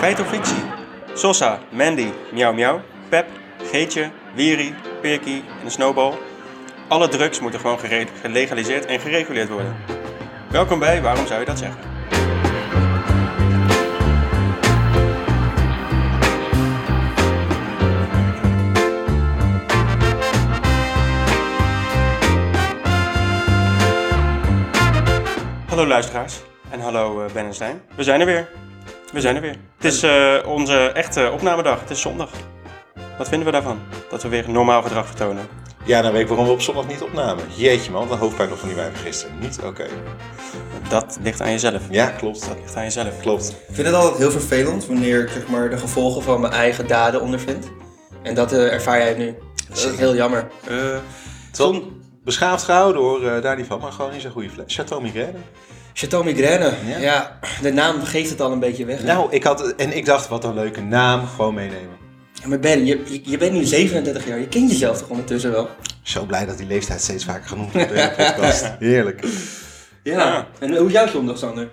Petrovici, Sosa, Mandy, Miauw Miauw, Pep, Geetje, Wiri, Pirky en de Snowball. Alle drugs moeten gewoon gere- gelegaliseerd en gereguleerd worden. Welkom bij Waarom zou je dat zeggen? Hallo luisteraars en hallo eh, Ben en Stijn. We zijn er weer. We zijn er weer. Het is eh, onze echte opnamedag. Het is zondag. Wat vinden we daarvan? Dat we weer normaal gedrag vertonen. Ja, dan weet ik waarom we op zondag niet opnamen. Jeetje man, de hoofdpijn nog van die wijven gisteren. Niet oké. Dat ligt aan jezelf. Ja, klopt. Dat ligt aan jezelf. Klopt. Ik vind het altijd heel vervelend wanneer ik zeg maar, de gevolgen van mijn eigen daden ondervind. En dat eh, ervaar jij nu. Dat is heel jammer. Eh, Het is wel beschaafd gehouden hoor, eh, daar niet van. Maar gewoon niet zo'n goede fles. Chateau Migraine. Chateau Migraine. Ja. Ja. de naam geeft het al een beetje weg. Nou, ik had, en ik dacht, wat een leuke naam. Gewoon meenemen. Ja, Maar Ben, je, je- je bent nu 37 jaar. Je kent jezelf toch ondertussen wel? Zo blij dat die leeftijd steeds vaker genoemd wordt in de podcast. Heerlijk. Ja. En hoe is jouw zondag, Sander?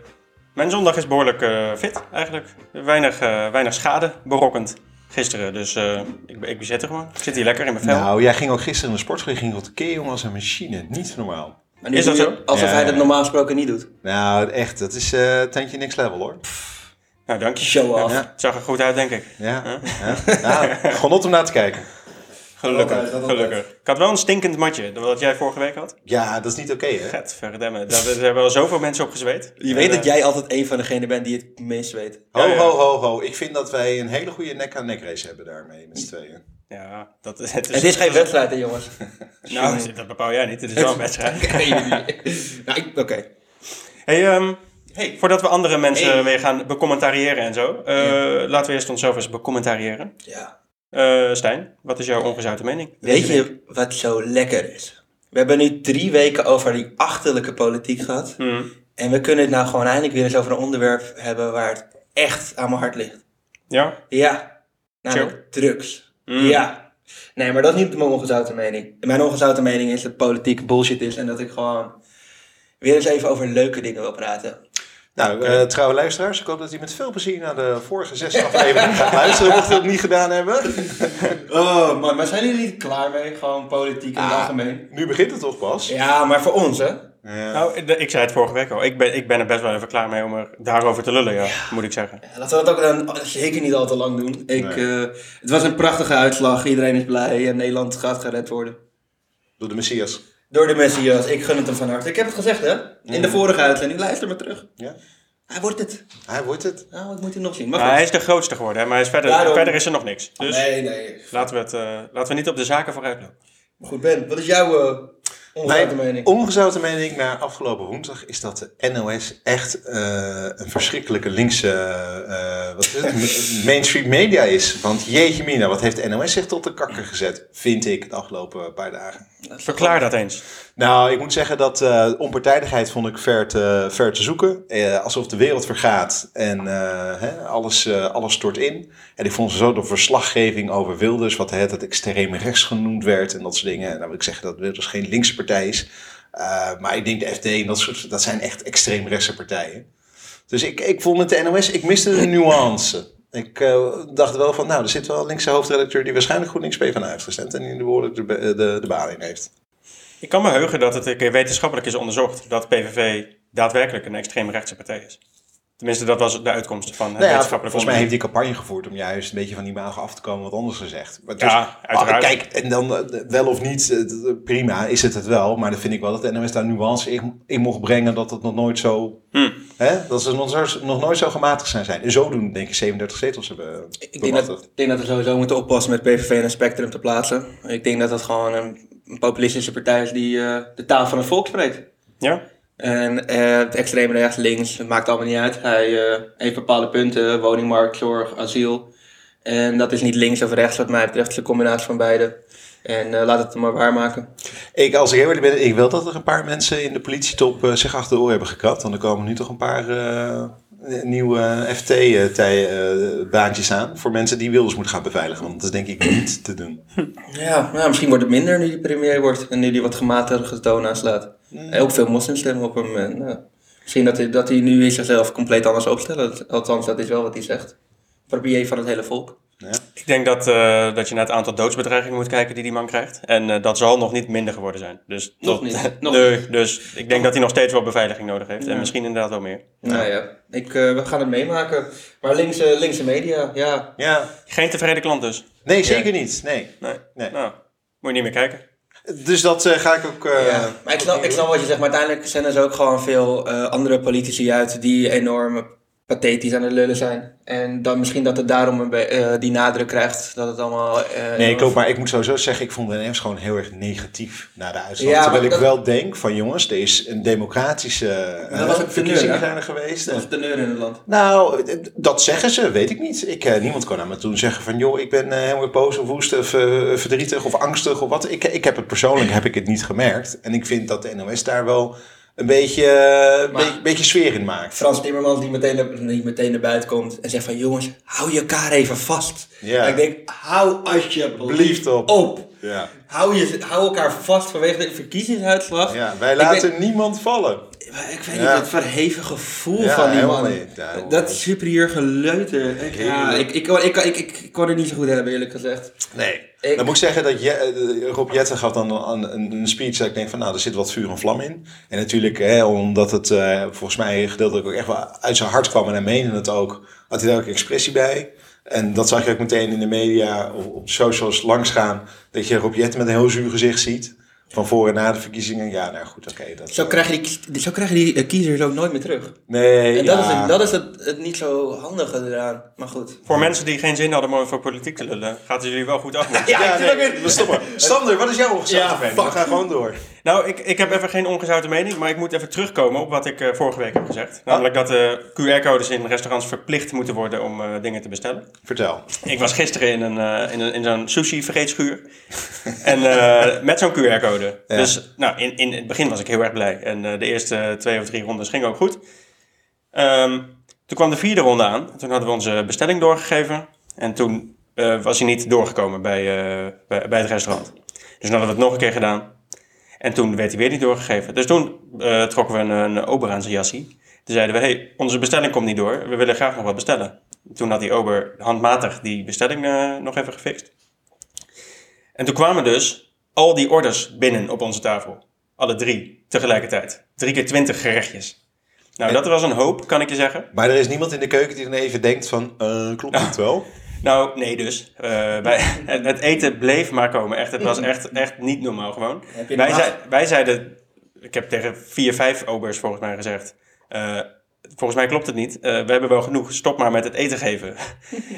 Mijn zondag is behoorlijk eh, fit eigenlijk. Weinig, eh, weinig schade berokkend gisteren. Dus eh, ik, ben- ik bezet er gewoon. Ik zit hier lekker in mijn vel. Nou, jij ging ook gisteren in de sportschool. Je ging wat keer jongen als een machine. Niet normaal. Maar nu Is doe dat je zo? Alsof Ja. hij dat normaal gesproken niet doet. Nou, echt. Dat is eh tentje niks level hoor. Nou, dank je. Show off. Ja. Het zag er goed uit, denk ik. Ja. ja. Nou, genot om naar te kijken. Gelukkig, Altijd, altijd. gelukkig. Ik had wel een stinkend matje, dat wat jij vorige week had. Ja, dat is niet oké hè. Vet, verdemme. Daar daar hebben wel zoveel mensen op gezweet. Je weet dat jij altijd een van degenen bent die het meest weet. Ho, Ja, ja. ho, ho, ho. Ik vind dat wij een hele goede nek-aan-nek race hebben daarmee, met z'n tweeën. eh, Ja, dat, het is... Het is geen wedstrijd, hè, jongens. Nou, dat bepaal jij niet. Het is wel een wedstrijd. Oké, jullie. Nou, ik- Oké. Hey, ehm, Hey. voordat we andere mensen Hey. weer gaan becommentariëren en zo, eh, laten we eerst onszelf eens becommentariëren. Ja. Eh, Stijn, wat is jouw ongezouten mening? Weet je wat zo lekker is? We hebben nu drie weken over die achterlijke politiek gehad. Mm. En we kunnen het nou gewoon eindelijk weer eens over een onderwerp hebben waar het echt aan mijn hart ligt. Ja? Ja, namelijk Chill. drugs. Ja. Nee, maar dat is niet mijn ongezouten mening. Mijn ongezouten mening is dat politiek bullshit is en dat ik gewoon weer eens even over leuke dingen wil praten. Nou, eh, trouwe luisteraars, ik hoop dat u met veel plezier naar de vorige zes afleveringen gaat luisteren, mocht u dat niet gedaan hebben. Oh man, maar zijn jullie niet klaar mee? Gewoon politiek in het algemeen? Nu begint het toch pas? Ah. Ja, maar voor ons hè? Nou, de- ik zei het vorige week al. Ik ben, ik ben er best wel even klaar mee om er daarover te lullen, ja, moet ik zeggen. Laten we dat ook dan zeker niet al te lang doen. Ik, eh, het was een prachtige uitslag. Iedereen is blij en Nederland gaat gered worden. Door de Messias. Door de Messias. Ik gun het hem van harte. Ik heb het gezegd, hè? In de Mhm. vorige uitzending. Luister maar terug. Ja, Hij wordt het. hij wordt het. Nou, ik moet hem nog zien. Maar Nou, goed. hij is de grootste geworden, hè, maar hij is verder, Daarom. verder is er nog niks. Dus Nee, nee. laten, we het, eh, laten we niet op de zaken vooruit lopen. Goed, Ben. Wat is jouw eh ongeluide mening? ongezouten mening na afgelopen woensdag is dat de NOS echt eh, een verschrikkelijke linkse eh, wat is het? Ma- mainstream media is. Want jeetje mina, wat heeft de NOS zich tot de kakker gezet, vind ik, de afgelopen paar dagen. Verklaar dat eens. Nou, ik moet zeggen dat eh, onpartijdigheid vond ik ver te, ver te zoeken. Eh, alsof de wereld vergaat en eh, hè, alles, eh, alles stort in. En ik vond zo de verslaggeving over Wilders, wat het, het extreem rechts genoemd werd en dat soort dingen. En dan wil ik zeggen dat Wilders geen linkse partij is. Eh, maar ik denk de FD en dat soort, dat zijn echt extreem rechtse partijen. Dus ik, ik vond met de NOS, ik miste de nuance. Ik eh, dacht wel van, nou, er zit wel een linkse hoofdredacteur die waarschijnlijk goed links PvdA heeft gestemd en die er behoorlijk de, de, de, de baan in heeft. Ik kan me heugen dat het een keer wetenschappelijk is onderzocht dat PVV daadwerkelijk een extreemrechtse partij is. Tenminste, dat was de uitkomst van het Nou ja, wetenschappelijk volgens mij heeft onderzoek. die campagne gevoerd om juist een beetje van die maag af te komen wat anders gezegd. Maar Ja, uiteraard. ah, kijk, en dan eh, wel of niet, eh, d- d- prima is het het wel. Maar dan vind ik wel dat de NOS daar nuance in, in mocht brengen dat het nog nooit zo... Hè, dat ze nog, zo- nog nooit zo gematigd zijn. zijn. En zo doen, denk ik, 37 zetels hebben eh, Ik denk, dat, ik denk dat we sowieso moeten oppassen met PVV en een spectrum te plaatsen. Ik denk dat dat gewoon een, een populistische partij is die eh, de taal van het volk spreekt. Ja? En eh, het extreem rechts, links, het maakt allemaal niet uit. Hij eh, heeft bepaalde punten, woningmarkt, zorg, asiel. En dat is niet links of rechts wat mij betreft, het is een combinatie van beide. En eh, laat het maar waarmaken. Ik, als ik heel eerlijk ben, ik wil dat er een paar mensen in de politietop eh, zich achter de oor hebben gekapt. Want er komen nu toch een paar eh, nieuwe eh, FT-baantjes eh, aan voor mensen die Wilders moeten gaan beveiligen. Want dat is denk ik niet te doen. Ja, nou, misschien wordt het minder nu hij premier wordt en nu hij wat gematigder toon aanslaat. En ook veel moslims stemmen op hem. En, eh, misschien dat hij, dat hij nu weer zichzelf compleet anders opstelt. Althans, dat is wel wat hij zegt. barbier van het hele volk. Ik denk dat, eh, dat je naar het aantal doodsbedreigingen moet kijken die die man krijgt. En eh, dat zal nog niet minder geworden zijn. Dus Nog dat- niet, nog nee, Dus ik denk dat hij nog steeds wel beveiliging nodig heeft. En Ja. misschien inderdaad wel meer. Nou ja, ik, eh, we gaan het meemaken. Maar linkse, linkse media, ja. Ja. Geen tevreden klant dus. Nee, zeker niet. Nee. Nee. Nee. Nou, moet je niet meer kijken. Dus dat eh, ga ik ook... eh, ja. Maar ik snap, ik snap wat je zegt, maar uiteindelijk zijn er dus ook gewoon veel eh, andere politici uit die enorm pathetisch aan het lullen zijn. En dan misschien dat het daarom een be- eh, die nadruk krijgt dat het allemaal... eh, Nee, ik ook, maar ik moet sowieso zeggen, ik vond de NM's gewoon heel erg negatief na de uitslag. Ja, maar Terwijl ik dat- wel denk van jongens, er is een democratische eh, Dat was ook teneur, verkiezingen hè? zijn er geweest. Dat En- is de neur in het land. Nou, eh, dat zeggen ze, weet ik niet. Ik, eh, niemand kan aan me toen zeggen van joh, ik ben eh, helemaal boos of woest of eh, verdrietig of angstig of wat. Ik, ik heb het persoonlijk heb ik het niet gemerkt. En ik vind dat de NOS daar wel een beetje, eh, een Maar- beetje- beetje sfeer in maakt. Frans Timmermans die meteen, naar, die meteen naar buiten komt en zegt van jongens, hou je elkaar even vast. Ja. En Ik denk, hou alsjeblieft Blieft op. op. Ja. Hou, je, hou elkaar vast vanwege de verkiezingsuitslag. Ja, wij Ik laten weet- niemand vallen. ik weet Ja. niet, het verheven gevoel Ja, van die helemaal man. niet. Ja, helemaal dat niet. superieur geleuter. Ik, ja, Heel- ik, ik, kon- ik, ik, ik, ik kon het niet zo goed hebben eerlijk gezegd. Nee. Ik- Dan moet ik zeggen dat Je- eh, Rob Jetten gaf dan een, een, een speech dat ik denk van nou, er zit wat vuur en vlam in. En natuurlijk, hè, omdat het eh, volgens mij gedeeltelijk ook echt wel uit zijn hart kwam en hij meende het ook, had hij daar ook expressie bij. En dat zag je ook meteen in de media of op de socials langsgaan, dat je Rob Jetten met een heel zuur gezicht ziet. Van voor en na de verkiezingen. Ja, nou goed, oké. dat- Zo krijg je die, die- zo krijg je die eh, kiezers ook nooit meer terug. Nee, En dat ja. is, het, dat is het, het niet zo handige eraan. Maar goed. Voor mensen die geen zin hadden om over politiek te lullen, gaat het jullie wel goed af. Ja, ik vind nee, we stoppen. Sander, wat is jouw ongezouten Ja, mening? We fuck. gaan gewoon door. Nou, ik, ik heb even geen ongezouten mening, maar ik moet even terugkomen op wat ik eh, vorige week heb gezegd. Namelijk Oh. dat eh, QR-codes in restaurants verplicht moeten worden om eh, dingen te bestellen. Vertel. Ik was gisteren in, een, eh, in, een, in zo'n sushi-vergeetschuur. en eh, met zo'n QR-code. Ja. Dus nou, in, in het begin was ik heel erg blij. En eh, de eerste twee of drie rondes gingen ook goed. Ehm, toen kwam de vierde ronde aan. Toen hadden we onze bestelling doorgegeven. En toen eh, was hij niet doorgekomen bij, eh, bij, bij het restaurant. Dus toen hadden we het nog een keer gedaan. En toen werd hij weer niet doorgegeven. Dus toen eh, trokken we een, een ober aan zijn jassie. Toen zeiden we, hey, onze bestelling komt niet door. We willen graag nog wat bestellen. Toen had die ober handmatig die bestelling eh, nog even gefixt. En toen kwamen dus al die orders binnen op onze tafel. Alle drie, tegelijkertijd. Drie keer twintig gerechtjes. Nou, dat was een hoop, kan ik je zeggen. Maar er is niemand in de keuken die dan even denkt van, eh, klopt het wel? Nou, nee dus. Eh, wij, het, het eten bleef maar komen. Echt, het was echt, echt niet normaal gewoon. Mm. Heb je Wij, normaal- zei- wij zeiden, ik heb tegen vier, vijf obers volgens mij gezegd... eh, volgens mij klopt het niet. Eh, we hebben wel genoeg. Stop maar met het eten geven.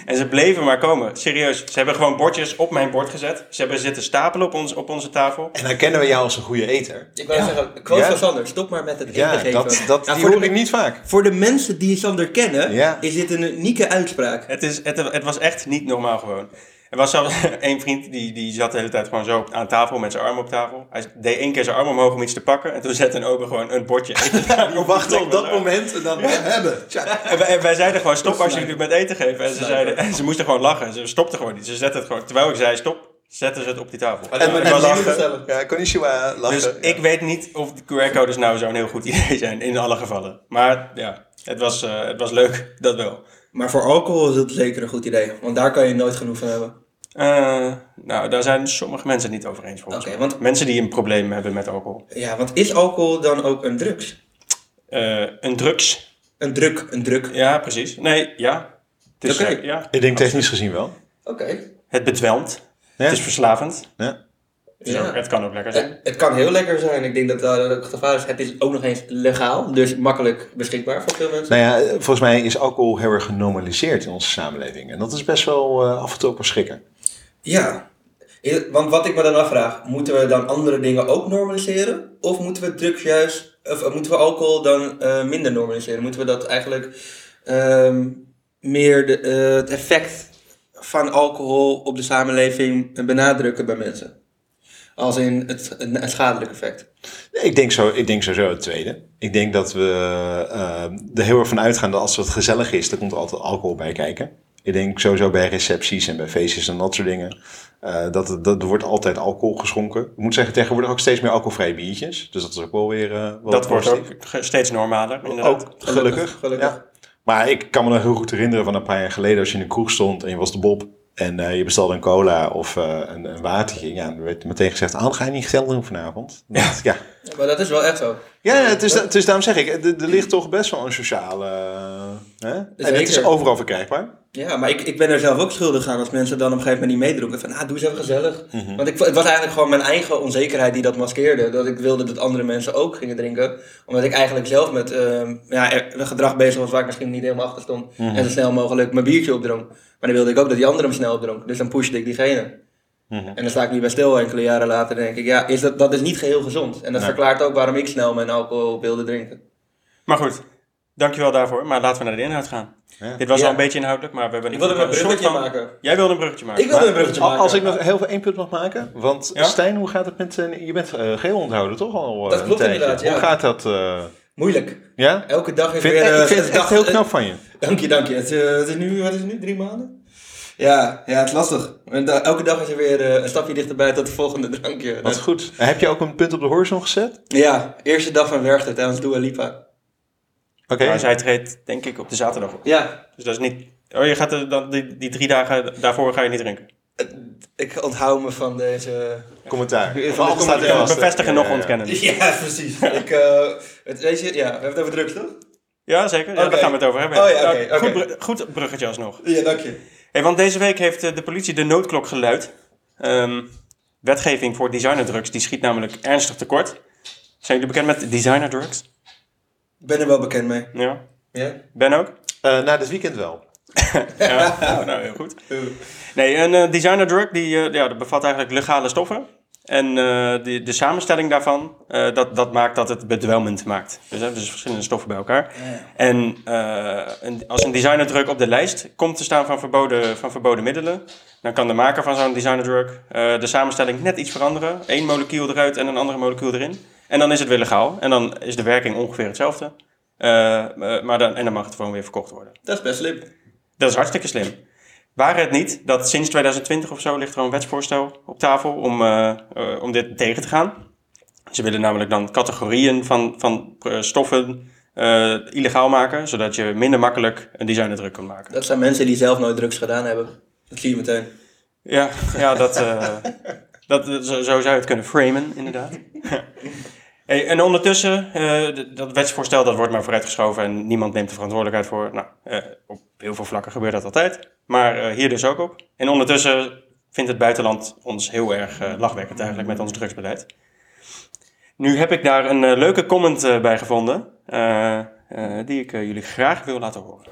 en ze bleven maar komen. Serieus. Ze hebben gewoon bordjes op mijn bord gezet. Ze hebben zitten stapelen op, ons, op onze tafel. En dan kennen we jou als een goede eter. Ik wou zeggen, quote Ja. van Sander, stop maar met het eten Ja, geven. dat, dat, Nou, die voor, hoor de, ik niet vaak. voor de mensen die Sander kennen, Ja. is dit een unieke uitspraak. Het, is, het, het was echt niet normaal gewoon. Er was zelfs één vriend die, die zat de hele tijd gewoon zo aan tafel met zijn arm op tafel. Hij deed één keer zijn arm omhoog om iets te pakken en toen zette een ober gewoon een bordje. eten daar We op die wachten plek op dat was. moment en dan hebben. Tja. En wij, en wij zeiden gewoon stop als jullie met eten geven. En ze, zeiden, en ze moesten gewoon lachen. Ze stopten gewoon niet. Ze zetten het gewoon. Terwijl ik zei stop, zetten ze het op die tafel. En- Het en was- lachen. bestellen. Ja, Konnichiwa, lachen. dus ik weet niet of de QR-codes nou zo'n heel goed idee zijn in alle gevallen. Maar ja, het was, eh, het was leuk, dat wel. Maar voor alcohol is het zeker een goed idee, want daar kan je nooit genoeg van hebben. Eh, nou, daar zijn sommige mensen het niet over eens volgens Oké, mij. want- Mensen die een probleem hebben met alcohol. Ja, want is alcohol dan ook een drugs? Eh, een drugs. Een druk, een druk. Oké. Ja, precies. Nee, ja. Het, is, Oké. eh, ja. Ik denk technisch gezien wel. het bedwelmt. Ja. Het is verslavend. Ja. Het, is Ja. ook- het kan ook lekker zijn. Het, Eh, het kan heel lekker zijn. Ik denk dat daar ook het gevaar is. Het is ook nog eens legaal, dus makkelijk beschikbaar voor veel mensen. Nou ja, eh, volgens mij is alcohol heel erg genormaliseerd in onze samenleving. En dat is best wel eh, af en toe ook wel schrikken. Ja. Heel- Want wat ik me dan afvraag, moeten we dan andere dingen ook normaliseren? Of moeten we drugs juist, of eh, moeten we alcohol dan eh, minder normaliseren? Moeten we dat eigenlijk ehm, meer de, eh, het effect van alcohol op de samenleving benadrukken bij mensen? Als in het, een, een schadelijk effect. Nee, Ik denk, zo, ik denk sowieso het tweede. Ik denk dat we eh, er heel erg van uitgaan dat als het gezellig is, dan komt er altijd alcohol bij kijken. Ik denk sowieso bij recepties en bij feestjes en dat soort dingen. eh, dat, het- dat er wordt altijd alcohol geschonken. Ik moet zeggen, tegenwoordig ook steeds meer alcoholvrije biertjes. Dus dat is ook wel weer eh wel dat wordt positief. ook ge- steeds normaler. Inderdaad. Ook gelukkig. Gelukkig. Ja. Maar ik kan me nog heel goed herinneren van een paar jaar geleden als je in een kroeg stond en je was de Bob. En eh, je bestelde een cola of eh, een, een watertje. Ja, dan werd meteen gezegd, ah, dan ga je niet geld doen vanavond. Ja, ja. Maar dat is wel echt zo. ja het Eh, is, da- het is, daarom zeg ik, er er ligt toch best wel een sociale... eh, hè? En het is Zeker. overal verkrijgbaar. Ja, maar ik, ik ben er zelf ook schuldig aan als mensen dan op een gegeven moment niet meedroegen. Van, ah, doe eens even gezellig. Mhm. Want ik, het was eigenlijk gewoon mijn eigen onzekerheid die dat maskeerde. Dat ik wilde dat andere mensen ook gingen drinken. Omdat ik eigenlijk zelf met ehm, ja, er- een gedrag bezig was waar ik misschien niet helemaal achter stond. Mhm. En zo snel mogelijk mijn biertje opdronk. Maar dan wilde ik ook dat die andere hem snel opdronk. Dus dan pushte ik diegene. Mhm. En dan sta ik nu bij stil enkele jaren later en denk ik, ja, is dat, dat is niet geheel gezond. En dat Nee. verklaart ook waarom ik snel mijn alcohol wilde drinken. Maar goed, dankjewel daarvoor. Maar laten we naar de inhoud gaan. Ja. Dit was Ja. al een beetje inhoudelijk, maar we hebben... Ik wilde een soort bruggetje van- maken. Jij wilde een bruggetje maken. Ik wilde een bruggetje Al- maken. Als ik nog heel veel één punt mag maken. Want Ja? Stijn, hoe gaat het met... eh, je bent eh, geel onthouden toch al eh, Dat een klopt tijdje? inderdaad, ja. Hoe gaat dat? eh, Moeilijk. ja? Elke dag Ik is vind, weer... eh, ik vind het dag- echt heel knap van je. Dank je, dank je. Het, eh, het is nu, wat is het nu, drie maanden? Ja, ja, het is lastig. En da- elke dag is er weer eh, een stapje dichterbij tot het volgende drankje. Wat goed. Eh, Heb je ook een punt op de horizon gezet? Ja, eerste dag van Werchter tijdens Dua Lipa. Oké. Maar zij treedt denk ik op de zaterdag op. Ja, Dus dat is niet... Oh, je gaat er dan die, die drie dagen daarvoor ga je niet drinken. ik onthoud me van deze... Commentaar. Van de Want anders staat hij commentaar. vast, hè? Bevestigen Ja, nog ja, ja. ontkennen. Ja, precies. ik, eh, het, weet je, ja, we hebben het over drugs, toch? Ja, zeker. Ja, Oké. Daar gaan we het over hebben. Oh ja, oké, Nou, goed, oké. br- goed bruggetje alsnog. Ja, dank je. Hey, want deze week heeft eh, de politie de noodklok geluid. Ehm, wetgeving voor designerdrugs, die schiet namelijk ernstig tekort. Zijn jullie bekend met designerdrugs? Ik ben er wel bekend mee. Ja. Ja? Ben ook? Eh, na dit weekend wel. Ja. nou, nou, heel goed. Nee, een eh, designerdrug die, eh, ja, dat bevat eigenlijk legale stoffen. En eh, die, de samenstelling daarvan, eh, dat, dat maakt dat het bedwelmend maakt. Dus hè, dus verschillende stoffen bij elkaar. En eh, een- als een designerdruk op de lijst komt te staan van verboden, van verboden middelen... dan kan de maker van zo'n designerdrug eh, de samenstelling net iets veranderen. Eén molecuul eruit en een andere molecuul erin. En dan is het weer legaal. En dan is de werking ongeveer hetzelfde. Eh, eh, maar dan, en dan mag het gewoon weer verkocht worden. Dat is best slim. Dat is hartstikke slim. Waren het niet dat sinds 2020 of zo ligt er een wetsvoorstel op tafel om, eh, eh, om dit tegen te gaan? Ze willen namelijk dan categorieën van, van eh, stoffen eh, illegaal maken, zodat je minder makkelijk een designerdruk kunt maken. Dat zijn mensen die zelf nooit drugs gedaan hebben. Dat zie je meteen. Ja, ja dat, eh, dat, eh, zo, zo zou je het kunnen framen, inderdaad. hey, en ondertussen, eh, d- dat wetsvoorstel dat wordt maar vooruitgeschoven en niemand neemt de verantwoordelijkheid voor. Nou, eh, op heel veel vlakken gebeurt dat altijd, maar eh, hier dus ook op. En ondertussen vindt het buitenland ons heel erg eh, lachwekkend eigenlijk met ons drugsbeleid. Nu heb ik daar een eh, leuke comment eh, bij gevonden, eh, eh, die ik eh, jullie graag wil laten horen.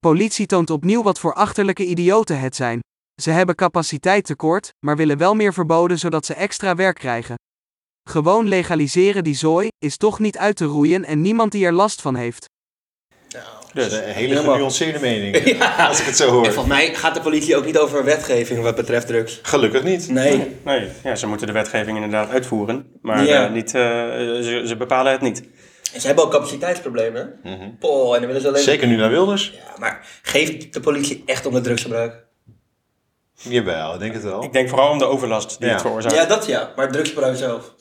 Politie toont opnieuw wat voor achterlijke idioten het zijn. Ze hebben capaciteit tekort, maar willen wel meer verboden zodat ze extra werk krijgen. Gewoon legaliseren die zooi is toch niet uit te roeien en niemand die er last van heeft. Nou. Dus Dus, een hele helemaal. genuanceerde mening, als ik het zo En hoor. volgens mij gaat de politie ook niet over wetgeving wat betreft drugs. Gelukkig niet. Nee. Nee, ja, ze moeten de wetgeving inderdaad uitvoeren, maar Ja. eh, niet, eh, ze, ze bepalen het niet. En Ze hebben ook capaciteitsproblemen. hè? Poh, en dan willen ze alleen... Zeker nu naar Wilders. Ja, maar geeft de politie echt om het drugsgebruik? Jawel, ik denk het wel. Ik denk vooral om de overlast die Ja. het veroorzaakt. Ja, Ja, dat ja. Maar het drugsgebruik zelf?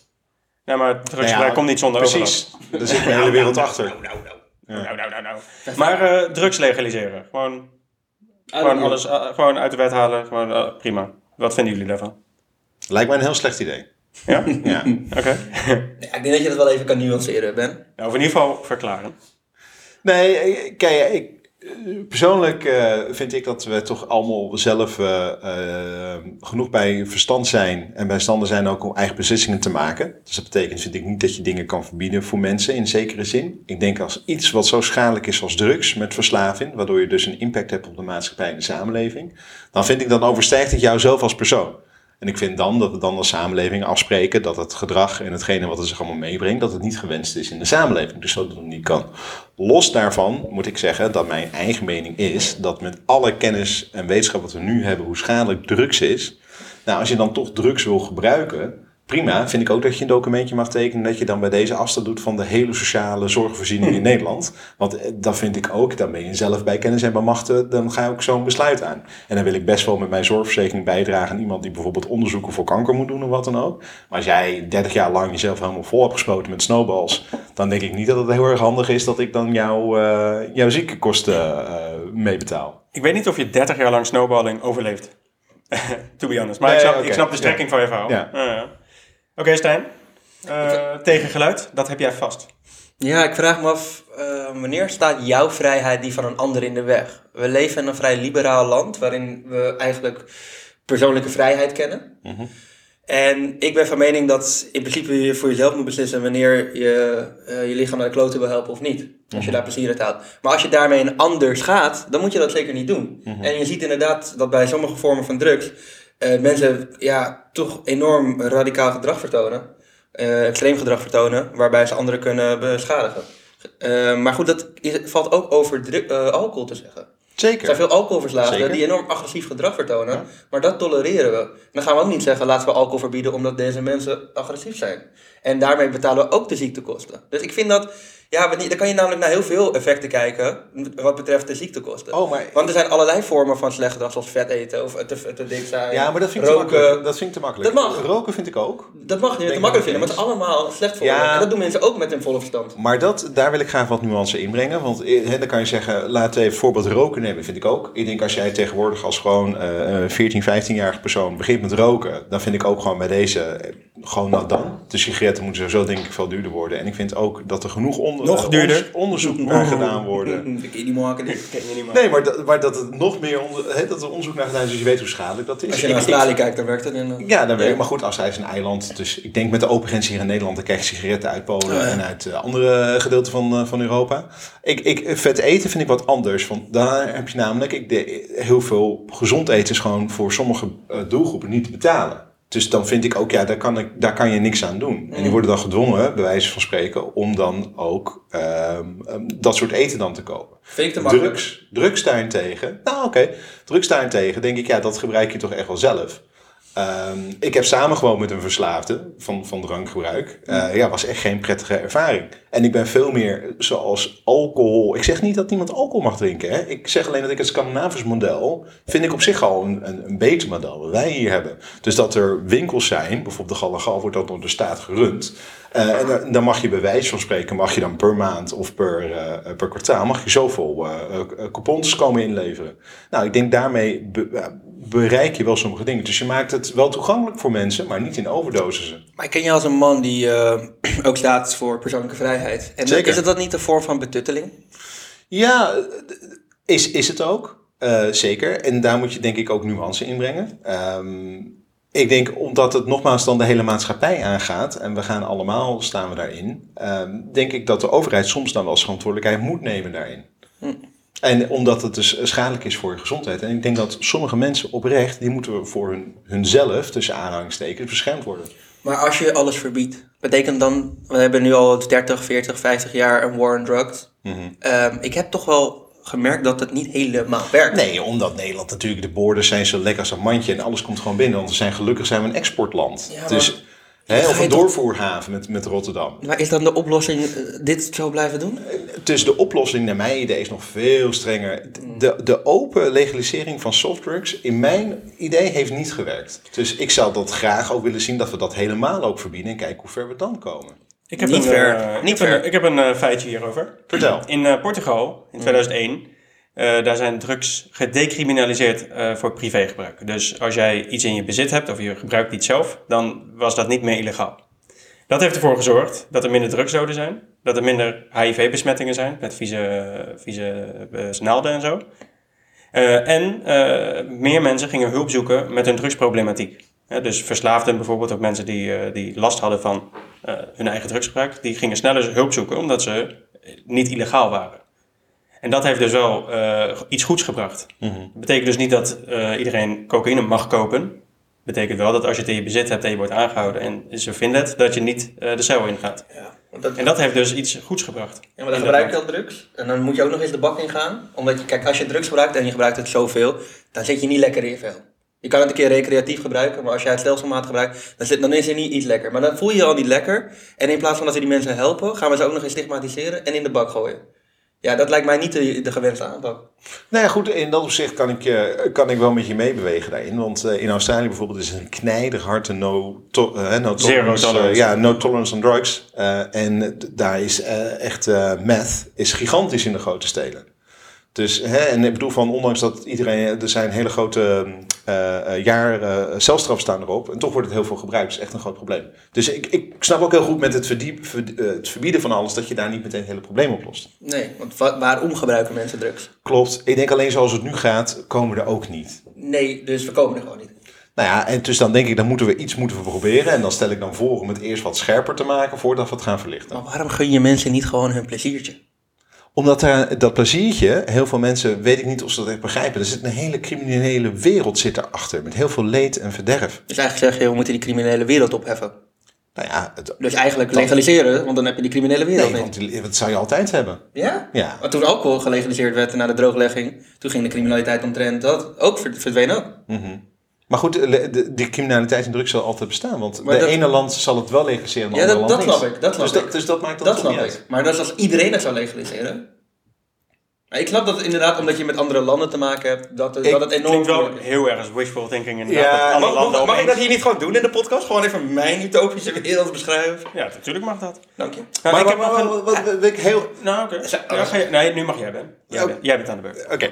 maar het drugsgebruik Nou ja, komt Dus niet zonder overlast. Precies, daar zit mijn hele wereld achter. Nou, nou, nou. Nou, nou, nou, nou. Maar eh, drugs legaliseren. Gewoon, Ah, gewoon, alles, eh, gewoon uit de wet halen. Gewoon, eh, prima. Wat vinden jullie daarvan? Lijkt mij een heel slecht idee. Ja? Ja. Oké. Ja, ik denk dat je dat wel even kan nuanceren, Ben. nou, of in ieder geval verklaren. Nee, eh, kijk, ik, eh, persoonlijk eh, vind ik dat we toch allemaal zelf eh, eh, genoeg bij verstand zijn. En bij standen zijn ook om eigen beslissingen te maken. Dus dat betekent, vind ik, niet dat je dingen kan verbieden voor mensen in zekere zin. Ik denk als iets wat zo schadelijk is als drugs met verslaving, waardoor je dus een impact hebt op de maatschappij en de samenleving, dan vind ik dan overstijgt het jou zelf als persoon. En ik vind dan dat we dan als samenleving afspreken dat het gedrag en hetgene wat het zich allemaal meebrengt, dat het niet gewenst is in de samenleving. Dus dat het niet kan. Los daarvan moet ik zeggen dat mijn eigen mening is dat met alle kennis en wetenschap wat we nu hebben, hoe schadelijk drugs is. Nou, als je dan toch drugs wil gebruiken, prima, vind ik ook dat je een documentje mag tekenen. Dat je dan bij deze afstand doet van de hele sociale zorgvoorziening in Nederland. Want eh, dat vind ik ook, dan ben je zelf bij kennis en bij machten, dan ga je ook zo'n besluit aan. En dan wil ik best wel met mijn zorgverzekering bijdragen aan iemand die bijvoorbeeld onderzoeken voor kanker moet doen of wat dan ook. Maar als jij 30 jaar lang jezelf helemaal vol hebt gespoten met snowballs, dan denk ik niet dat het heel erg handig is dat ik dan jou, eh, jouw ziekenkosten eh, meebetaal. Ik weet niet of je 30 jaar lang snowballing overleeft. to be honest. Maar Nee, ik, snap, oké. ik snap de strekking van je verhaal. Ja. Ja, ja. Oké, Stijn. Eh, tegengeluid, dat heb jij vast. Ja, ik vraag me af, eh, wanneer staat jouw vrijheid die van een ander in de weg? We leven in een vrij liberaal land waarin we eigenlijk persoonlijke vrijheid kennen. En ik ben van mening dat in principe je voor jezelf moet beslissen wanneer je eh, je lichaam naar de kloten wil helpen of niet. Als je daar plezier uit haalt. Maar als je daarmee een ander schaadt, dan moet je dat zeker niet doen. En je ziet inderdaad dat bij sommige vormen van drugs eh, mensen ja, toch enorm radicaal gedrag vertonen. eh, extreem gedrag vertonen, waarbij ze anderen kunnen beschadigen. Eh, maar goed, dat is, valt ook over dru- eh, alcohol te zeggen. Er Zeker. zijn veel alcoholverslaafden Zeker. die enorm agressief gedrag vertonen. Maar dat tolereren we. En dan gaan we ook niet zeggen, laten we alcohol verbieden omdat deze mensen agressief zijn. En daarmee betalen we ook de ziektekosten. Dus ik vind dat, ja, wanneer- dan kan je namelijk naar heel veel effecten kijken wat betreft de ziektekosten. Oh, maar- Want er zijn allerlei vormen van slecht gedrag, zoals vet eten of te, te dik zijn. Ja, maar dat vind ik te makkelijk. roken. Dat vind ik te makkelijk. Dat mag. Roken vind ik ook. Dat mag je niet te ik makkelijk ook vinden, maar het is allemaal slecht voor Ja. je. En dat doen mensen ook met hun volle verstand. Maar dat, daar wil ik graag wat nuance in brengen. Want eh, hè, dan kan je zeggen, laten we even voorbeeld roken nemen, vind ik ook. Ik denk als jij tegenwoordig als gewoon eh eh, 14, 15-jarige persoon begint met roken, dan vind ik ook gewoon bij deze eh, gewoon nat dan. De sigaretten moeten sowieso denk ik veel duurder worden. En ik vind ook dat er genoeg onder- Nog eh, duurder? onderz- onderzoek naar gedaan worden. Ik die maken niet. Ken je niet meer. Nee, maar dat, maar dat het nog meer onder, hè, dat er onderzoek naar gedaan is, dus je weet hoe schadelijk dat is. Als je Ik- naar ik- Australië kijkt, dan werkt dat in. eh, Ja, dat weet ik. Maar goed, Australië is een eiland. Dus ik denk met de open grens hier in Nederland... dan krijg je sigaretten uit Polen en uit eh, andere gedeelten van, eh, van Europa. Ik, ik, vet eten vind ik wat anders. Want daar heb je namelijk... Ik, de, heel veel gezond eten is gewoon voor sommige eh, doelgroepen niet te betalen. Dus dan vind ik ook, ja, daar kan, ik, daar kan je niks aan doen. En die worden dan gedwongen, bij wijze van spreken... om dan ook ehm, ehm, dat soort eten dan te kopen. Vind ik te makkelijk. Drugs, drugs daarentegen. Nou, oké. Drugs daarentegen denk ik, ja, dat gebruik je toch echt wel zelf. Ehm, ik heb samen gewoon met een verslaafde van, van drankgebruik. Eh, ja, was echt geen prettige ervaring. En ik ben veel meer zoals alcohol. Ik zeg niet dat niemand alcohol mag drinken. Hè? Ik zeg alleen dat ik het Scandinavisch model vind ik op zich al een, een, een beter model wat wij hier hebben. Dus dat er winkels zijn, bijvoorbeeld de Gallegal wordt dat door de staat gerund. Eh, en dan, dan mag je bij wijze van spreken, mag je dan per maand of per, eh, per kwartaal, mag je zoveel eh eh, coupons komen inleveren. Nou, ik denk daarmee be- eh, bereik je wel sommige dingen. Dus je maakt het wel toegankelijk voor mensen, maar niet in overdosissen. Maar ik ken je als een man die eh, ook staat voor persoonlijke vrijheid. En Zeker. is het dat niet een vorm van betutteling? Ja, is, is het ook. Eh, zeker. En daar moet je denk ik ook nuance in brengen. Ehm, ik denk omdat het nogmaals dan de hele maatschappij aangaat en we gaan allemaal staan we daarin, ehm, denk ik dat de overheid soms dan wel eens verantwoordelijkheid moet nemen daarin. En omdat het dus schadelijk is voor je gezondheid. En ik denk dat sommige mensen oprecht, die moeten voor hun, hunzelf, tussen aanhalingstekens, beschermd worden. Maar als je alles verbiedt, betekent dan, we hebben nu al 30, 40, 50 jaar een war on drugs. Mhm. Ehm, ik heb toch wel gemerkt dat het niet helemaal werkt. Nee, omdat Nederland natuurlijk de borden zijn zo lekker als een mandje en alles komt gewoon binnen. Want we zijn gelukkig zijn we een exportland. Ja, maar- dus, hè, Ga of je een toch- doorvoerhaven met, met Rotterdam. Maar is dan de oplossing eh, dit zo blijven doen? Dus de oplossing naar mijn idee is nog veel strenger. De, de open legalisering van softdrugs in mijn idee heeft niet gewerkt. Dus ik zou dat graag ook willen zien dat we dat helemaal ook verbieden en kijken hoe ver we dan komen. Ik heb Niet een, ver. eh, ik Niet heb een- ver. Mm. ik heb een eh, feitje hierover. Vertel. In eh, Portugal in 2001, eh, daar zijn drugs gedecriminaliseerd eh, voor privégebruik. Dus als jij iets in je bezit hebt of je gebruikt iets zelf, dan was dat niet meer illegaal. Dat heeft ervoor gezorgd dat er minder drugsdoden zijn, dat er minder HIV-besmettingen zijn met vieze, vieze eh, naalden en zo. Eh, en eh, meer mensen gingen hulp zoeken met hun drugsproblematiek. Hè, dus verslaafden bijvoorbeeld, ook mensen die, eh, die last hadden van eh, hun eigen drugsgebruik, die gingen sneller hulp zoeken omdat ze niet illegaal waren. En dat heeft dus wel eh, iets goeds gebracht. Dat betekent dus niet dat eh, iedereen cocaïne mag kopen. betekent wel dat als je het in je bezit hebt en je wordt aangehouden en ze vinden het, dat je niet eh, de cel ingaat. Ja, want dat, En dat heeft dus iets goeds gebracht. Ja, maar dan gebruik je al drugs. En dan moet je ook nog eens de bak ingaan. Omdat je, kijk, als je drugs gebruikt en je gebruikt het zoveel, dan zit je niet lekker in je vel. Je kan het een keer recreatief gebruiken, maar als jij het stelselmatig gebruikt, dan, zit, dan is er niet iets lekker. Maar dan voel je je al niet lekker. En in plaats van dat we die mensen helpen, gaan we ze ook nog eens stigmatiseren en in de bak gooien. Ja, dat lijkt mij niet de, de gewenste aanpak. Nou ja, goed, in dat opzicht kan ik, eh, kan ik wel met je meebewegen daarin. Want eh, in Australië bijvoorbeeld is een knijderharde no, to, eh, no tolerance. Zero tolerance. eh, ja, no tolerance on drugs. Eh, en d- daar is eh, echt eh meth is gigantisch in de grote steden. Dus, hè, en ik bedoel van, ondanks dat iedereen, eh, er zijn hele grote eh, eh, jaar eh, celstraf staan erop. En toch wordt het heel veel gebruikt. Dat is echt een groot probleem. Dus ik, ik snap ook heel goed met het, verdiep, verd- eh, het verbieden van alles, dat je daar niet meteen het hele probleem oplost. Nee, want wa- waarom gebruiken mensen drugs? Klopt. Ik denk alleen zoals het nu gaat, komen we er ook niet. Nee, dus we komen er gewoon niet. Nou ja, en dus dan denk ik, dan moeten we iets moeten we proberen. En dan stel ik dan voor om het eerst wat scherper te maken voordat we het gaan verlichten. Maar waarom gun je mensen niet gewoon hun pleziertje? Omdat er, dat pleziertje, heel veel mensen, weet ik niet of ze dat echt begrijpen. Er zit een hele criminele wereld zit erachter. Met heel veel leed en verderf. Dus eigenlijk zeg je, we moeten die criminele wereld opheffen. Nou ja, het, Dus eigenlijk legaliseren, want dan heb je die criminele wereld nee, niet. want die- dat zou je altijd hebben. Ja? Ja. Maar toen alcohol gelegaliseerd werd na de drooglegging, toen ging de criminaliteit omtrent dat ook verd- verdween ook. Maar goed, le- de- die criminaliteit en drugs zal altijd bestaan. Want Maar de dat- ene land zal het wel legaliseren en de Ja, andere dat- land dat niet. snap ik, dat snap dus, ik. Dat, dus dat maakt dan Dat toch snap niet uit. ik. Maar dat is als iedereen dat zou legaliseren. Maar ik snap dat inderdaad, omdat je met andere landen te maken hebt, dat, Ik- dat het enorm Klinkt wel moeilijk is. heel erg als wishful thinking in Ja, ja, andere Mag, mag- landen mag ik opeens- dat hier niet gewoon doen in de podcast? Gewoon even mijn utopische wereld beschrijven? Ja, natuurlijk mag dat. Dank je. Nou, Maar, ik heb maar- nog maar- een... wat- wat- wat ik heel Nou, oké. Ja, ga je- Nee, nu mag jij, Ben. Jij, Ja. bent- jij bent aan de beurt. Oké,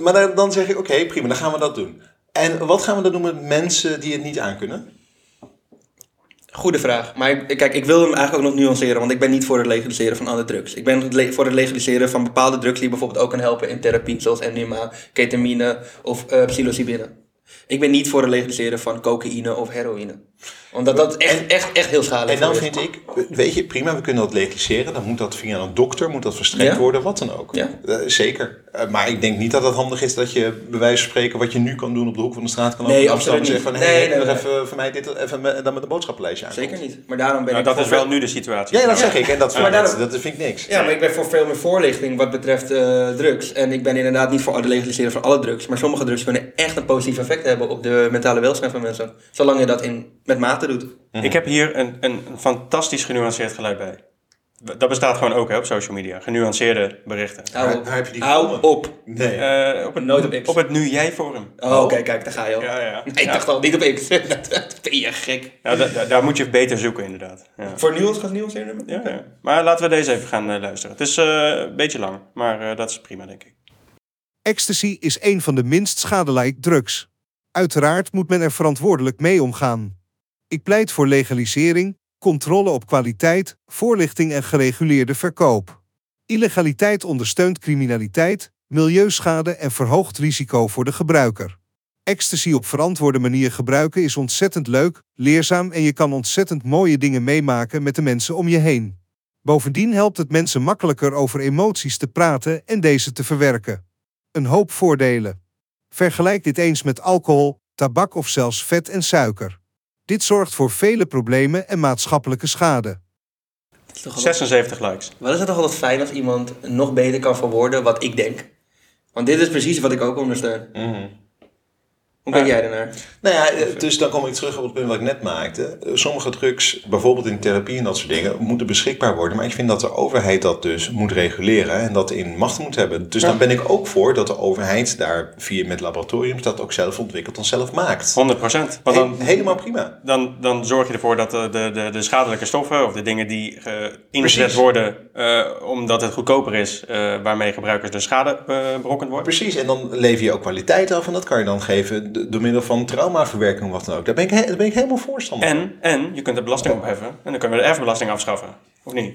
maar dan, dan zeg ik, oké, prima, dan gaan we dat doen. En wat gaan we dan doen met mensen die het niet aankunnen? Goede vraag. Maar ik- kijk, ik wil hem eigenlijk ook nog nuanceren, want ik ben niet voor het legaliseren van alle drugs. Ik ben het le- voor het legaliseren van bepaalde drugs die bijvoorbeeld ook kunnen helpen in therapie, zoals MDMA, ketamine of eh, psilocybine. Ik ben niet voor het legaliseren van cocaïne of heroïne. Omdat dat echt, echt, echt heel schadelijk En dan is. vind ik, weet je, prima, we kunnen dat legaliseren. Dan moet dat via een dokter, moet dat verstrekt Ja. worden, wat dan ook. Ja. Eh, zeker. Eh, maar ik denk niet dat het handig is dat je bij wijze van spreken wat je nu kan doen op de hoek van de straat kan Nee, lopen in absoluut Amsterdam en zeggen van, hey, niet. Nee, heb je nee, nog even voor mij dit even me- dan met een boodschappenlijstje aan. Zeker niet. Maar daarom ben Nou, ik dat voor is wel veel- nu de situatie. Ja, dat zeg ik. En dat, Maar daarom- dat vind ik niks. Ja, maar ik ben voor veel meer voorlichting wat betreft eh, drugs. En ik ben inderdaad niet voor het legaliseren van alle drugs. Maar sommige drugs kunnen echt een positief effect hebben op de mentale welzijn van mensen. Zolang je dat in, met mate doet. Ik heb hier een, een, een fantastisch genuanceerd geluid bij. Dat bestaat gewoon ook hè, op social media. Genuanceerde berichten. Hou Waar- op. waar heb je die Hou gevonden? op. Nee. Eh, op, het, Nooit op X. op het nu jij forum. Oh, oké, kijk, daar ga je al. Ja, ja. Nee, ik Ja. dacht al, niet op X. Dat ben je gek. Nou, da- da- daar moet je beter zoeken inderdaad. Ja. Voor nieuws gaat nieuws in Ja, ja. Maar laten we deze even gaan eh, luisteren. Het is eh, een beetje lang, maar eh, dat is prima denk ik. Ecstasy is een van de minst schadelijke drugs. Uiteraard moet men er verantwoordelijk mee omgaan. Ik pleit voor legalisering, controle op kwaliteit, voorlichting en gereguleerde verkoop. Illegaliteit ondersteunt criminaliteit, milieuschade en verhoogt risico voor de gebruiker. Ecstasy op verantwoorde manier gebruiken is ontzettend leuk, leerzaam en je kan ontzettend mooie dingen meemaken met de mensen om je heen. Bovendien helpt het mensen makkelijker over emoties te praten en deze te verwerken een hoop voordelen. Vergelijk dit eens met alcohol, tabak of zelfs vet en suiker. Dit zorgt voor vele problemen en maatschappelijke schade. Is toch altijd- 76 likes. Wel is het toch altijd fijn als iemand nog beter kan verwoorden wat ik denk. Want dit is precies wat ik ook ondersteun. Hoe kijk jij ernaar? Nou ja, eh, dus dan kom ik terug op het punt wat ik net maakte. Eh, Sommige drugs, bijvoorbeeld in therapie en dat soort dingen, moeten beschikbaar worden. Maar ik vind dat de overheid dat dus moet reguleren en dat in macht moet hebben. Dus dan ben ik ook voor dat de overheid daar via met laboratoriums dat ook zelf ontwikkelt en zelf maakt. Oh, 100 Want He- dan, helemaal prima. dan, dan zorg je ervoor dat eh, de, de, de, de schadelijke stoffen of de dingen die eh, ingezet Precies. worden eh, omdat het goedkoper is, eh, waarmee gebruikers de schade eh, berokkend worden. Precies, en dan lever je ook kwaliteit af en dat kan je dan geven d- door middel van traumaverwerking of wat dan ook. Daar ben ik, he- daar ben ik helemaal voorstander van. En, en je kunt de belasting opheffen en dan kunnen we de erfbelasting afschaffen. Of niet?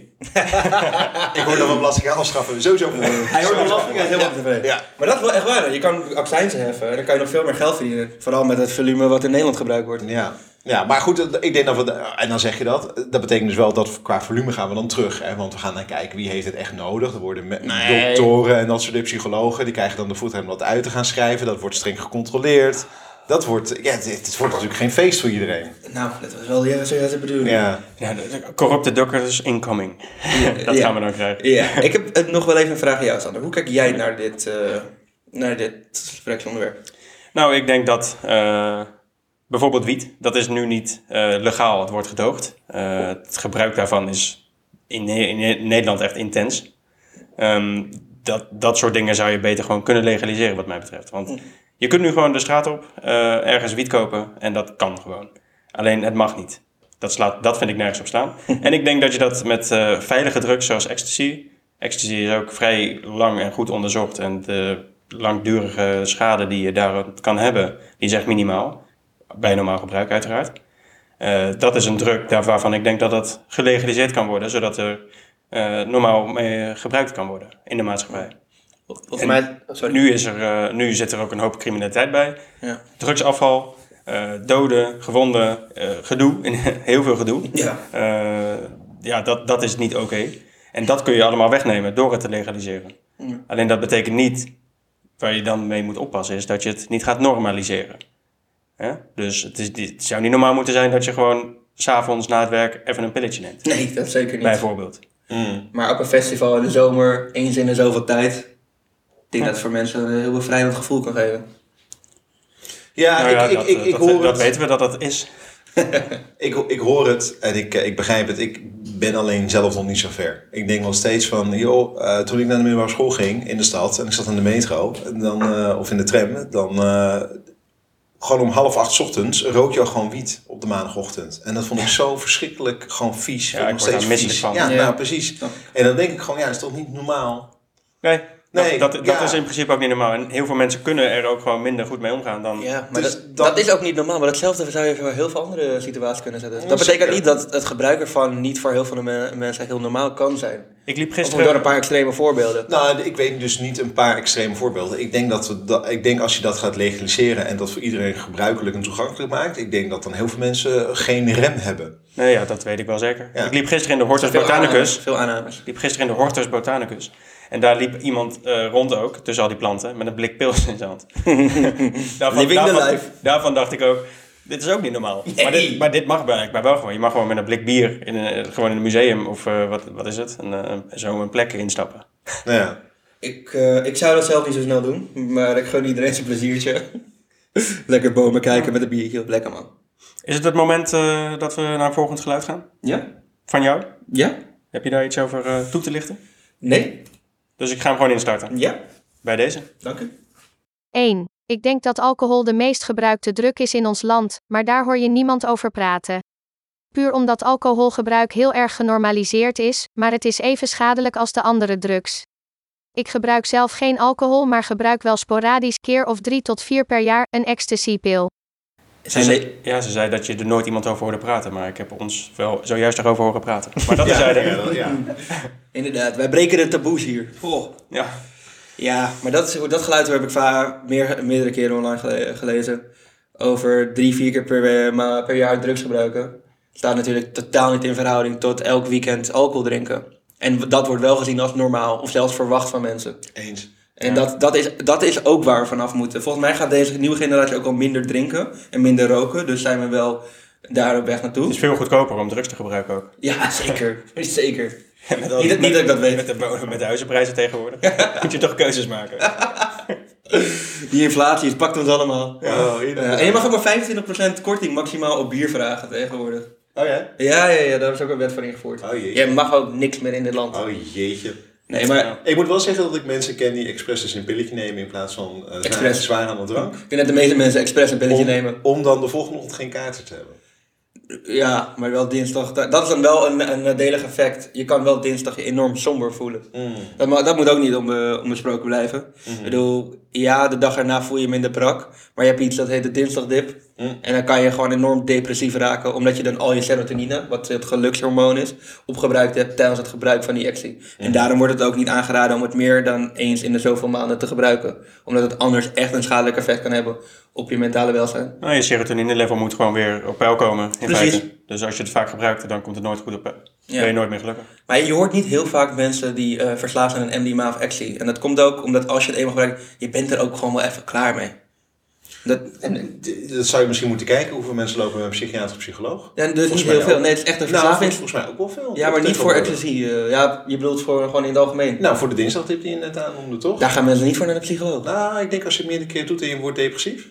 Ik hoor dat we belasting afschaffen, sowieso. Hij hoort belasting, hij is helemaal tevreden. Ja. Maar dat is wel echt waar. hè. Je kan accijnsen heffen en dan kan je nog veel meer geld verdienen. Vooral met het volume wat in Nederland gebruikt wordt. Ja. ja, maar goed, ik denk dat we. En dan zeg je dat. Dat betekent dus wel dat we qua volume gaan we dan terug. Hè? Want we gaan dan kijken wie heeft het echt nodig. Er worden me- Nee. doktoren en dat soort dingen, psychologen. Die krijgen dan de voet om dat uit te gaan schrijven. Dat wordt streng gecontroleerd. Dat wordt. Ja, het, het wordt natuurlijk geen feest voor iedereen. Nou, dat was wel ja, zojuist de bedoeling. Ja. Ja, de- de corrupte dokkers incoming. dat ja. gaan we dan krijgen. Ja, ik heb eh, nog wel even een vraag aan jou, Sander. Hoe kijk jij naar dit, eh, naar dit gespreksonderwerp? Nou, ik denk dat eh, bijvoorbeeld wiet, dat is nu niet eh, legaal. Het wordt gedoogd. Eh, het gebruik daarvan is in, Ne- in Ne- Nederland echt intens. Ehm, dat, dat soort dingen zou je beter gewoon kunnen legaliseren wat mij betreft. Want je kunt nu gewoon de straat op eh, ergens wiet kopen en dat kan gewoon. Alleen het mag niet. Dat, slaat, dat vind ik nergens op slaan. en ik denk dat je dat met eh, veilige drugs zoals ecstasy... Ecstasy is ook vrij lang en goed onderzocht. En de langdurige schade die je daar kan hebben, die is echt minimaal. Bij normaal gebruik uiteraard. Eh, dat is een druk daar waarvan ik denk dat dat gelegaliseerd kan worden, zodat er eh, normaal mee gebruikt kan worden in de maatschappij. Volgens mij, Maar sorry. nu, is er, eh, nu zit er ook een hoop criminaliteit bij. Ja. Drugsafval, eh, doden, gewonden, eh, gedoe, heel veel gedoe. Ja. Eh, ja, dat, dat is niet oké. En dat kun je allemaal wegnemen door het te legaliseren. Alleen dat betekent niet, waar je dan mee moet oppassen, is dat je het niet gaat normaliseren. Hè? Dus het, is, niet- het zou niet normaal moeten zijn dat je gewoon s'avonds na het werk even een pilletje neemt. Nee, dat zeker niet. Bijvoorbeeld. Maar op een festival in de zomer, eens in de zoveel tijd. Ik denk dat het voor mensen een heel bevrijdend gevoel kan geven. Ja, Nou ik, ja, ik, dat, ik, ik dat, hoor dat het. weten we dat dat is. Ik, ik hoor het en ik, eh, ik begrijp het. Ik ben alleen zelf nog niet zo ver. Ik denk nog steeds van, joh, eh, toen ik naar de middelbare school ging in de stad en ik zat in de metro en dan, eh, of in de tram, dan eh, gewoon om half acht 's ochtends rook je al gewoon wiet op de maandagochtend. En dat vond ik zo verschrikkelijk gewoon vies. Vind ik nog word daar steeds misselijk vies. van. Ja, Ja. nou, precies. En dan denk ik gewoon, ja, is toch niet normaal? Nee, Nee, dat, dat, dat ja. is in principe ook niet normaal. En heel veel mensen kunnen er ook gewoon minder goed mee omgaan dan... Ja, maar Dus dat, dat- dat... is ook niet normaal. Maar datzelfde zou je voor heel veel andere situaties kunnen zetten. Ja, dat betekent zeker. niet dat het gebruik ervan niet voor heel veel me- mensen heel normaal kan zijn. Ik liep Of door een gisteren... paar extreme voorbeelden. Nou, ik weet dus niet een paar extreme voorbeelden. Ik denk, dat we dat, ik denk als je dat gaat legaliseren en dat voor iedereen gebruikelijk en toegankelijk maakt, ik denk dat dan heel veel mensen geen rem hebben. Nee, ja, dat weet ik wel zeker. Ja. Ik liep gisteren in de Hortus Veel aannames, Botanicus. Veel aannames. Ik liep gisteren in de Hortus Botanicus. En daar liep iemand eh, rond ook, tussen al die planten, met een blik pils in zijn hand. daarvan, Living the daarvan- life. Daarvan dacht ik ook, dit is ook niet normaal. Maar, dit, maar dit mag blijkbaar wel gewoon. Je mag gewoon met een blik bier, in een, gewoon in een museum of eh, wat, wat is het, een, eh, zo een plek instappen. Nou ja. Ik, eh, ik zou dat zelf niet zo snel doen, maar ik gun iedereen zijn pleziertje. Lekker bomen kijken met een biertje, lekker man. Is het het moment eh, dat we naar een volgend geluid gaan? Ja? Van jou? Ja? Heb je daar iets over eh, toe te lichten? Nee? Dus ik ga hem gewoon instarten. Ja? Bij deze. Dank u. 1. Ik denk dat alcohol de meest gebruikte druk is in ons land, maar daar hoor je niemand over praten. Puur omdat alcoholgebruik heel erg genormaliseerd is, maar het is even schadelijk als de andere drugs. Ik gebruik zelf geen alcohol, maar gebruik wel sporadisch, keer of drie tot vier per jaar, een ecstasypil. Ze Zijn zei, ja, ze zei dat je er nooit iemand over hoorde praten, maar ik heb ons wel zojuist erover horen praten. Maar dat is ja, eigenlijk. ja, ja. Inderdaad, wij breken de taboes hier. Goh. Ja. Ja, maar dat, is, dat geluid heb ik vaak meer, meerdere keren online gele- gelezen. Over drie, vier keer per, we- ma- per jaar drugs gebruiken. Staat natuurlijk totaal niet in verhouding tot elk weekend alcohol drinken. En w- dat wordt wel gezien als normaal, of zelfs verwacht van mensen. Eens. En dat, dat, is, dat is ook waar we vanaf moeten. Volgens mij gaat deze nieuwe generatie ook al minder drinken en minder roken. Dus zijn we wel daar op weg naartoe. Het is veel goedkoper om drugs te gebruiken ook. Ja, zeker. zeker. Met al Niet die- dat- niet dat ik dat weet. Met de, bo- met de huizenprijzen tegenwoordig. moet je toch keuzes maken. Die inflatie het pakt ons allemaal. Oh, Ja, en je mag ook maar 25% korting maximaal op bier vragen tegenwoordig. oh ja? Ja, ja, ja, daar is ook een wet van ingevoerd. Oh, jee. je mag ook niks meer in dit land. Oh jeetje. Nee, maar Ik moet wel zeggen dat ik mensen ken die expres dus een pilletje nemen in plaats van eh, zwaar, Expres. zwaar aan de drank. ik denk dat de meeste mensen expres een pilletje Om, nemen. om dan de volgende ochtend geen kaarten te hebben. Ja, maar wel dinsdag. Da- Dat is dan wel een, een nadelig effect. Je kan wel dinsdag je enorm somber voelen. Dat, ma- dat moet ook niet onbe- onbesproken blijven. Ik bedoel, ja, de dag erna voel je je minder brak. Maar je hebt iets dat heet de dinsdagdip. En dan kan je gewoon enorm depressief raken. Omdat je dan al je serotonine, wat het gelukshormoon is, opgebruikt hebt tijdens het gebruik van die actie. En daarom wordt het ook niet aangeraden om het meer dan eens in de zoveel maanden te gebruiken. Omdat het anders echt een schadelijk effect kan hebben op je mentale welzijn. Nou, je serotonine level moet gewoon weer op peil komen. In Precies. feite. Dus als je het vaak gebruikt, dan komt het nooit goed op peil. Ja. Ben je nooit meer gelukkig. Maar je hoort niet heel vaak mensen die eh, verslaafd zijn aan MDMA of actie. En dat komt ook omdat als je het eenmaal gebruikt, je bent er ook gewoon wel even klaar mee. Dat, en, D- Dat zou je misschien moeten kijken hoeveel mensen lopen bij een psychiater of psycholoog. en dus niet mij heel veel. ook. Nee, het is echt een Nou, verslaving. volgens, volgens mij ook wel veel. ja, maar Dat niet wel voor worden. ecstasy. eh, ja, je bedoelt voor, gewoon in het algemeen. Nou, voor de dinsdagtip die je net aannoemde, toch? Daar gaan mensen niet voor naar de psycholoog. Nou, ik denk als je het meerdere keer doet en je wordt depressief.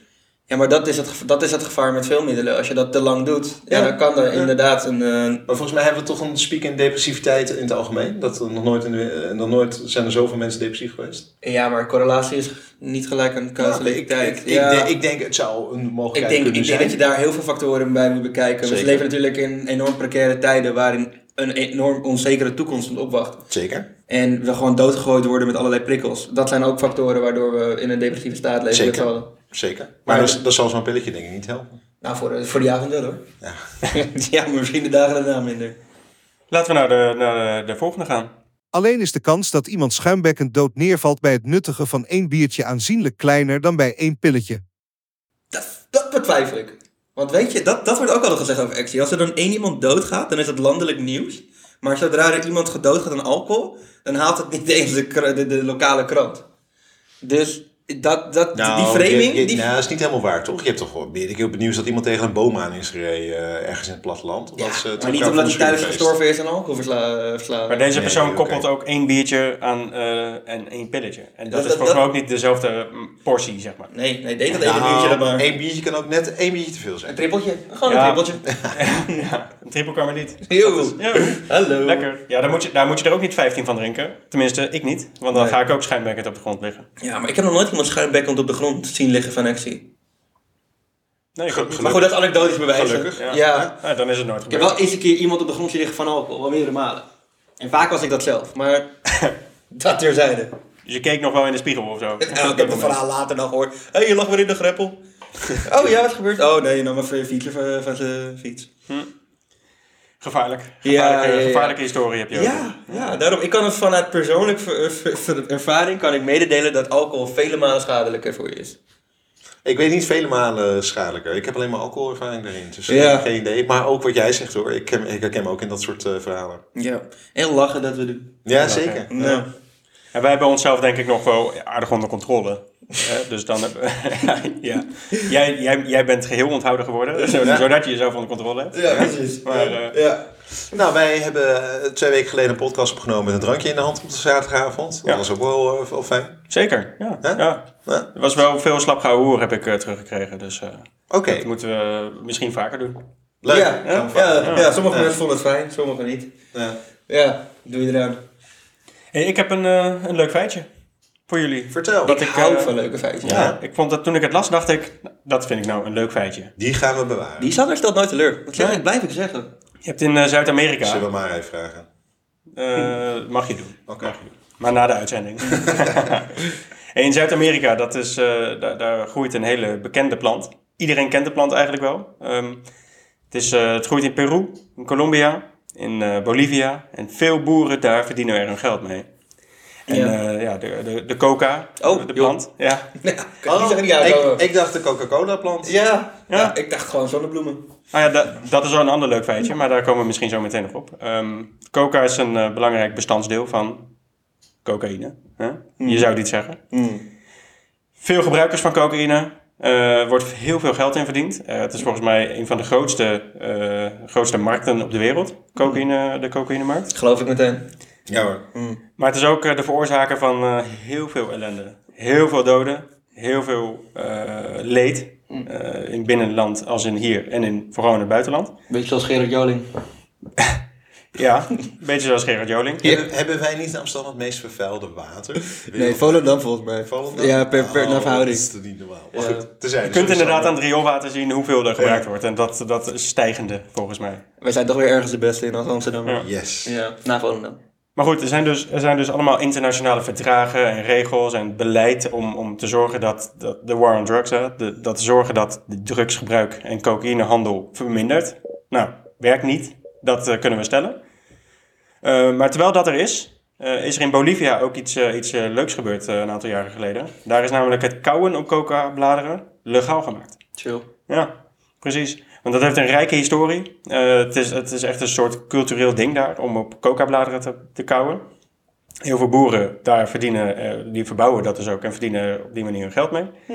Ja, maar dat is, het, gev- dat is het gevaar met veel middelen. Als je dat te lang doet, ja, Ja. dan kan er Ja. inderdaad een... eh, Maar volgens mij hebben we toch een spiek in depressiviteit in het algemeen. Dat er nog nooit, in de- eh, nog nooit zijn er zoveel mensen depressief geweest. ja, maar correlatie is niet gelijk een ik, causaliteit. ik, ja. ik, denk, ik denk het zou een Ik mogelijkheid denk, kunnen ik denk zijn. dat je daar heel veel factoren bij moet bekijken. We Zeker. leven natuurlijk in enorm precaire tijden waarin een enorm onzekere toekomst ons opwacht. Zeker. En we gewoon doodgegooid worden met allerlei prikkels. Dat zijn ook factoren waardoor we in een depressieve staat leven. Zeker. met z'n allen. Zeker. Maar, Maar- dat, dat zal zo'n pilletje denk ik niet helpen. Nou, voor, voor die avond wel hoor. Ja. ja, maar misschien de dagen daarna minder. Laten we naar de, naar de, de volgende gaan. Alleen is de kans dat iemand schuimbekkend dood neervalt bij het nuttigen van één biertje aanzienlijk kleiner dan bij één pilletje. Dat, dat betwijfel ik. Want weet je, dat, dat wordt ook al gezegd over actie. Als er dan één iemand doodgaat, dan is dat landelijk nieuws. Maar zodra er iemand gedood gaat aan alcohol, dan haalt het niet eens de, kra- de, de lokale krant. Dus dat, dat, die framing... je- je- die, nou, dat is niet helemaal waar, toch? Je hebt toch wel meerdere keer op het nieuws dat iemand tegen een boom aan is gereden eh, ergens in het platteland. ja, Omdat ze het maar niet elkaar omdat vonden hij thuis schuurfeest. gestorven is aan alcohol versla- eh, verslaafd. Maar deze Nee, persoon oké. koppelt ook één biertje aan eh, en één pilletje. En dat, Dat- is dat- volgens mij dat- ook niet dezelfde mm, portie, zeg maar. Nee, nee, deed dat ene Nou, biertje dan maar. één biertje kan ook net één biertje te veel Een zijn. trippeltje. Gewoon Ja. een trippeltje. ja, een triple kan maar niet. Eeuw. Ja, Hallo. lekker. Ja, daar moet, je, daar moet je er ook niet 15 van drinken. Tenminste, ik niet. Want dan Nee. ga ik ook schijnbekkend op de grond liggen. Ja, maar ik heb nog nooit iemand schuimbekkend op de grond zien liggen van actie. Nee, ik ook niet. Maar goed, dat is anekdotisch bewijzen. Gelukkig, ja. ja. Ja, dan is het nooit Ik heb gebeurd. wel eens een keer iemand op de grond zien liggen van alcohol, wel meerdere malen. En vaak was ik dat zelf, maar dat terzijde. Dus je keek nog wel in de spiegel of zo. En ik heb het verhaal later nog gehoord. Hé, hey, je lag weer in de greppel. Oh ja, wat is gebeurd? Oh nee, je nam even je fietsje van, van zijn fiets. Gevaarlijk. Gevaarlijke, Ja, ja, ja. gevaarlijke historie heb je ook. Ja, ja, daarom. Ik kan het vanuit persoonlijk ver- ver- ver- ervaring kan ik mededelen dat alcohol vele malen schadelijker voor je is. Ik weet niet vele malen schadelijker. Ik heb alleen maar alcoholervaring erin. Dus eh, Ja. geen idee. Maar ook wat jij zegt hoor. Ik, ken, ik herken me ook in dat soort eh, verhalen. Ja. En lachen dat we doen. Ja, zeker. Nee. Ja. En wij hebben onszelf denk ik nog wel aardig onder controle. Eh, dus dan hebben ja. jij, jij, jij bent geheel onthouden geworden, zo- Ja. zodat je jezelf onder controle hebt. Ja, precies. Maar, eh, ja. Nou, wij hebben eh, twee weken geleden een podcast opgenomen met een drankje in de hand op de zaterdagavond. Ja. Dat was ook wel, eh, wel fijn. Zeker, ja. Ja? ja. Ja. Er was wel veel slapgehouden hoer, heb ik eh, teruggekregen. Dus eh, Oké, dat moeten we misschien vaker doen. leuk. Ja, ja, Dank voor- ja, ja, sommige Ja. mensen vonden het fijn, sommige niet. Ja. Ja, doe je eraan. Hey, ik heb een, eh, een leuk feitje voor jullie. Vertel. Dat Ik eh, hou van leuke feitjes. Ja. Ik vond dat toen ik het las, dacht ik, nou, dat vind ik nou een leuk feitje. Die gaan we bewaren. Die Sander stelt nooit teleur. Dat zeg ik, blijf ik zeggen. Je hebt in eh, Zuid-Amerika, Zullen we maar even vragen. eh, mag je doen. Oké. Mag je doen. Maar na de uitzending. En in Zuid-Amerika, dat is, eh, daar, daar groeit een hele bekende plant. Iedereen kent de plant eigenlijk wel. Ehm, het, is, eh, het groeit in Peru, in Colombia, in eh, Bolivia. En veel boeren daar verdienen er hun geld mee. En Ja. ja, ja de, de, de coca, Oh, de joh. plant. Ja. Ja, Oh, zeggen, ja, ik, ik dacht de Coca-Cola-plant. ja. Ja. ja, ik dacht gewoon zonnebloemen. Nou ja, da- dat is wel een ander leuk feitje, maar daar komen we misschien zo meteen nog op. Ehm, coca is een eh, belangrijk bestanddeel van cocaïne. Hè? Je zou dit zeggen. Veel gebruikers van cocaïne. eh wordt heel veel geld in verdiend. Eh, het is volgens mij een van de grootste, eh, grootste markten op de wereld. Cocaïne, de cocaïnemarkt. Geloof ik meteen. Ja hoor. Maar het is ook eh, de veroorzaker van eh, heel veel ellende. Heel veel doden, heel veel eh, leed. eh, in binnenland als in hier en in, vooral in het buitenland. Beetje zoals Gerard Joling. Ja, een beetje zoals Gerard Joling. Hebben, hebben wij niet in Amsterdam het meest vervuilde water? Nee, Volendam volgens mij. Volendam? Ja, per, per, Oh, naar verhouding. Dat is toch niet normaal. Maar goed, terzijde. Je kunt Sorry, inderdaad aan Sander. het rioolwater zien hoeveel er gebruikt wordt. En dat, dat is stijgende, volgens mij. Wij zijn toch weer ergens de beste in als Amsterdam. Ja. Ja, Yes. na Volendam. Maar goed, er zijn dus, er zijn dus allemaal internationale verdragen en regels en beleid om, om te zorgen dat, dat de war on drugs, hè, de, dat te zorgen dat de drugsgebruik en cocaïnehandel vermindert. Nou, werkt niet, dat eh, kunnen we stellen. Eh, maar terwijl dat er is, eh, is er in Bolivia ook iets, eh, iets eh, leuks gebeurd eh, een aantal jaren geleden. Daar is namelijk het kouwen op coca-bladeren legaal gemaakt. Chill. Ja, precies. Want dat heeft een rijke historie. Eh, het, is, het is echt een soort cultureel ding daar om op coca-bladeren te, te kouwen. Heel veel boeren daar verdienen, eh, die verbouwen dat dus ook en verdienen op die manier hun geld mee. Hm.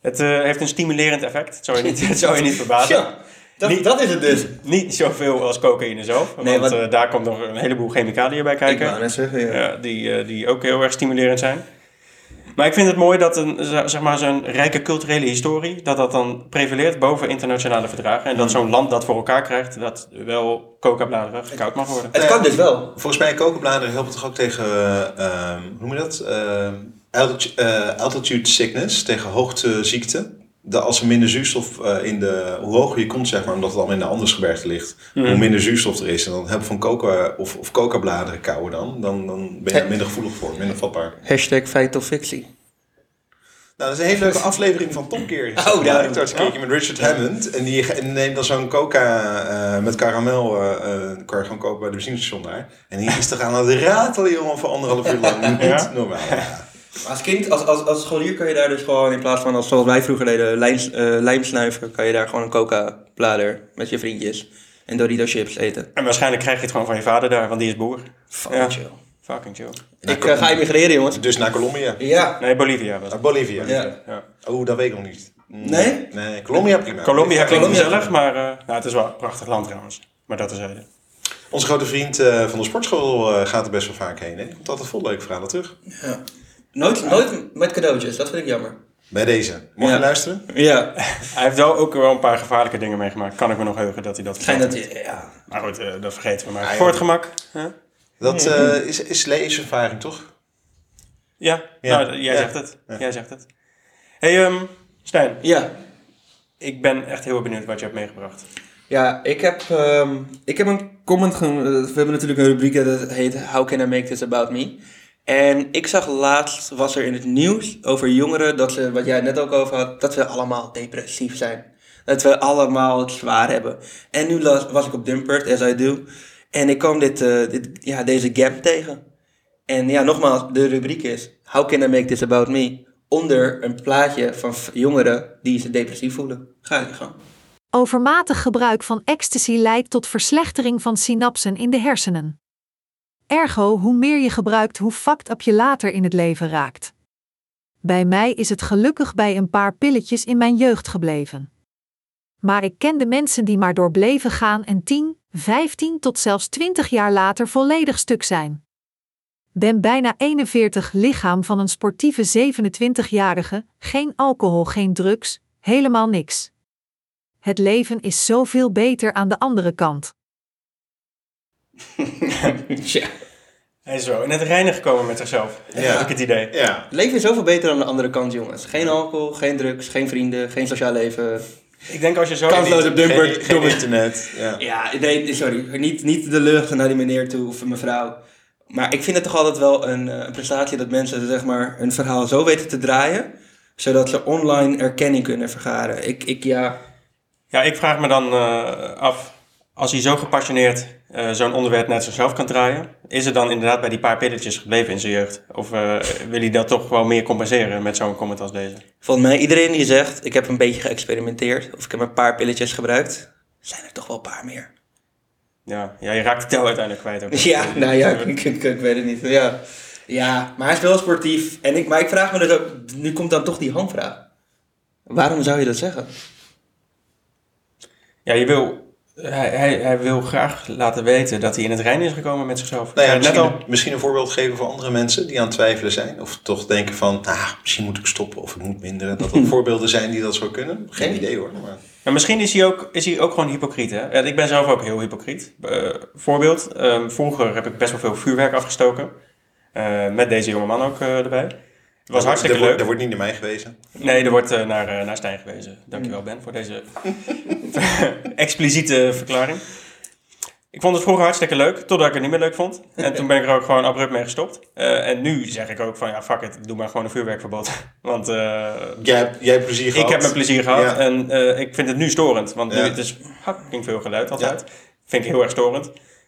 Het eh, heeft een stimulerend effect, het zou je niet, het zou je niet verbazen. Ja, dat, Niet- dat is het dus. Niet zoveel als cocaïne zelf, Nee, want want- eh, daar komt nog een heleboel chemicaliën bij kijken. net zeggen, ja. Ja, die, eh, die ook heel erg stimulerend zijn. Maar ik vind het mooi dat een, z- zeg maar, zo'n rijke culturele historie, dat dat dan prevaleert boven internationale verdragen. En dat Hmm. zo'n land dat voor elkaar krijgt, dat wel coca-bladeren gekoud mag worden. Het kan dus wel. Volgens mij kokenbladeren helpen toch ook tegen, eh, ehm, hoe noem je dat? Ehm, alti- eh, altitude sickness, tegen hoogteziekte. De, als er minder zuurstof eh, in de, hoe hoger je komt, zeg maar, omdat het allemaal in de Andesgebergte ligt, Mhm. hoe minder zuurstof er is. En dan hebben van coca of, of coca-bladeren kauwen dan, dan, dan ben je er minder gevoelig voor, minder vatbaar. Hashtag feit of fictie. Nou, dat is een hele leuke aflevering van Tom Keer. daarom. daar heb ik een keertje met Richard Hammond. En die ge- en neemt dan zo'n coca eh, met karamel. eh, eh, kan je gewoon kopen bij de benzinestation daar. En die is toch aan het ratelen, jongen, voor anderhalf uur lang. Niet Ja? normaal. Ja. Als kind, als, als, als scholier kan je daar dus gewoon, in plaats van als, zoals wij vroeger deden, lijms, eh, lijm snuiven, kan je daar gewoon een coca-blader met je vriendjes en Dorito chips eten. En waarschijnlijk krijg je het gewoon van je vader daar, want die is boer. Fuck Ja. chill. Fucking chill. Ik eh, ga emigreren, jongens. Dus naar Colombia. Ja. Nee, Bolivia was het. Naar Bolivia. Ja. Ja. Oeh, dat weet ik nog niet. Mm. Nee? Nee, Colombia prima. Colombia klinkt Colombia. gezellig, maar eh, nou, het is wel een prachtig land trouwens. Maar dat is het. Onze grote vriend eh, van de sportschool eh, gaat er best wel vaak heen. Hè? Die Komt altijd vol leuke verhalen terug. Nooit, nooit met cadeautjes, dat vind ik jammer. Bij deze. Mocht je Ja. luisteren? Ja. Hij heeft wel ook wel een paar gevaarlijke dingen meegemaakt. Kan ik me nog heugen dat hij dat Fijn vertelde. dat je, ja. Maar goed, eh, dat vergeten we maar. Voor het gemak. hè? Dat eh, is, is leeservaring, toch? Ja, Ja. Nou, jij Ja. zegt het. Jij zegt het. hey, ehm, Stijn. Ja. Ik ben echt heel benieuwd wat je hebt meegebracht. Ja, ik heb, ehm, ik heb een comment. ge- eh, we hebben natuurlijk een rubriek eh, dat heet How Can I Make This About Me? En ik zag laatst, was er in het nieuws over jongeren, dat ze, wat jij het net ook over had, dat we allemaal depressief zijn. Dat we allemaal het zwaar hebben. En nu las- was ik op Dumpert, as I do. En ik kwam dit, eh, dit, ja, deze gap tegen. En ja, nogmaals, de rubriek is How Can I Make This About Me? Onder een plaatje van v- jongeren die zich depressief voelen. Ga je gang. Overmatig gebruik van ecstasy leidt tot verslechtering van synapsen in de hersenen. Ergo, hoe meer je gebruikt, hoe fucked up je later in het leven raakt. Bij mij is het gelukkig bij een paar pilletjes in mijn jeugd gebleven. Maar ik kende mensen die maar door bleven gaan en 10, 15 tot zelfs 20 jaar later volledig stuk zijn. Ben bijna 41 lichaam van een sportieve 27-jarige, geen alcohol, geen drugs, helemaal niks. Het leven is zoveel beter aan de andere kant. Tja. Hij is zo in het reinen gekomen met zichzelf. Ja. Heb ik het idee. Ja. Het leven is zoveel beter aan de andere kant, jongens. Geen alcohol, geen drugs, geen vrienden, geen sociaal leven. Ik denk als je zo... Kansloos op Dumpert. Geen, geen domme- internet. Ja. Ja, nee, sorry. Niet, niet de lucht naar die meneer toe of mevrouw. Maar ik vind het toch altijd wel een, eh, een prestatie dat mensen zeg maar, hun verhaal zo weten te draaien. Zodat ze online erkenning kunnen vergaren. Ik, ik ja. Ja, ik vraag me dan eh, af, als hij zo gepassioneerd eh, zo'n onderwerp net zichzelf kan draaien, is er dan inderdaad bij die paar pilletjes gebleven in zijn jeugd? Of eh, wil hij dat toch wel meer compenseren met zo'n comment als deze? Volgens mij, iedereen die zegt, ik heb een beetje geëxperimenteerd. Of ik heb een paar pilletjes gebruikt. Zijn er toch wel een paar meer. Ja, ja je raakt de tel uiteindelijk kwijt ook. Ja, nou ja, ik, ik, ik weet het niet. Ja. ja, maar hij is wel sportief. En ik, maar ik vraag me dus ook, nu komt dan toch die handvraag. Waarom zou je dat zeggen? Ja, je wil, hij, hij, hij wil graag laten weten dat hij in het reinen is gekomen met zichzelf. Nou Ja, ja, net misschien, al. misschien een voorbeeld geven voor andere mensen die aan het twijfelen zijn. Of toch denken van, ah, misschien moet ik stoppen of ik moet minderen. Dat dat voorbeelden zijn die dat zo kunnen. Geen idee hoor. Maar... Maar misschien is hij ook, is hij ook gewoon hypocriet. Hè? En Ik ben zelf ook heel hypocriet. Eh, voorbeeld, ehm, vroeger heb ik best wel veel vuurwerk afgestoken. Eh, met deze jongeman ook eh, erbij. Het was hartstikke Er wordt- leuk. Er wordt niet naar mij gewezen. Nee, er wordt eh, naar, eh, naar Stijn gewezen. Dankjewel Ben voor deze expliciete verklaring. Ik vond het vroeger hartstikke leuk, totdat ik het niet meer leuk vond. En toen ben ik er ook gewoon abrupt mee gestopt. Eh, en nu zeg ik ook van, ja, fuck it, doe maar gewoon een vuurwerkverbod. Want eh, Jij, hebt- jij hebt plezier gehad. ik heb mijn plezier gehad Ja. en eh, ik vind het nu storend. Want Ja. nu, het is fucking veel geluid altijd. Vind ik heel erg storend.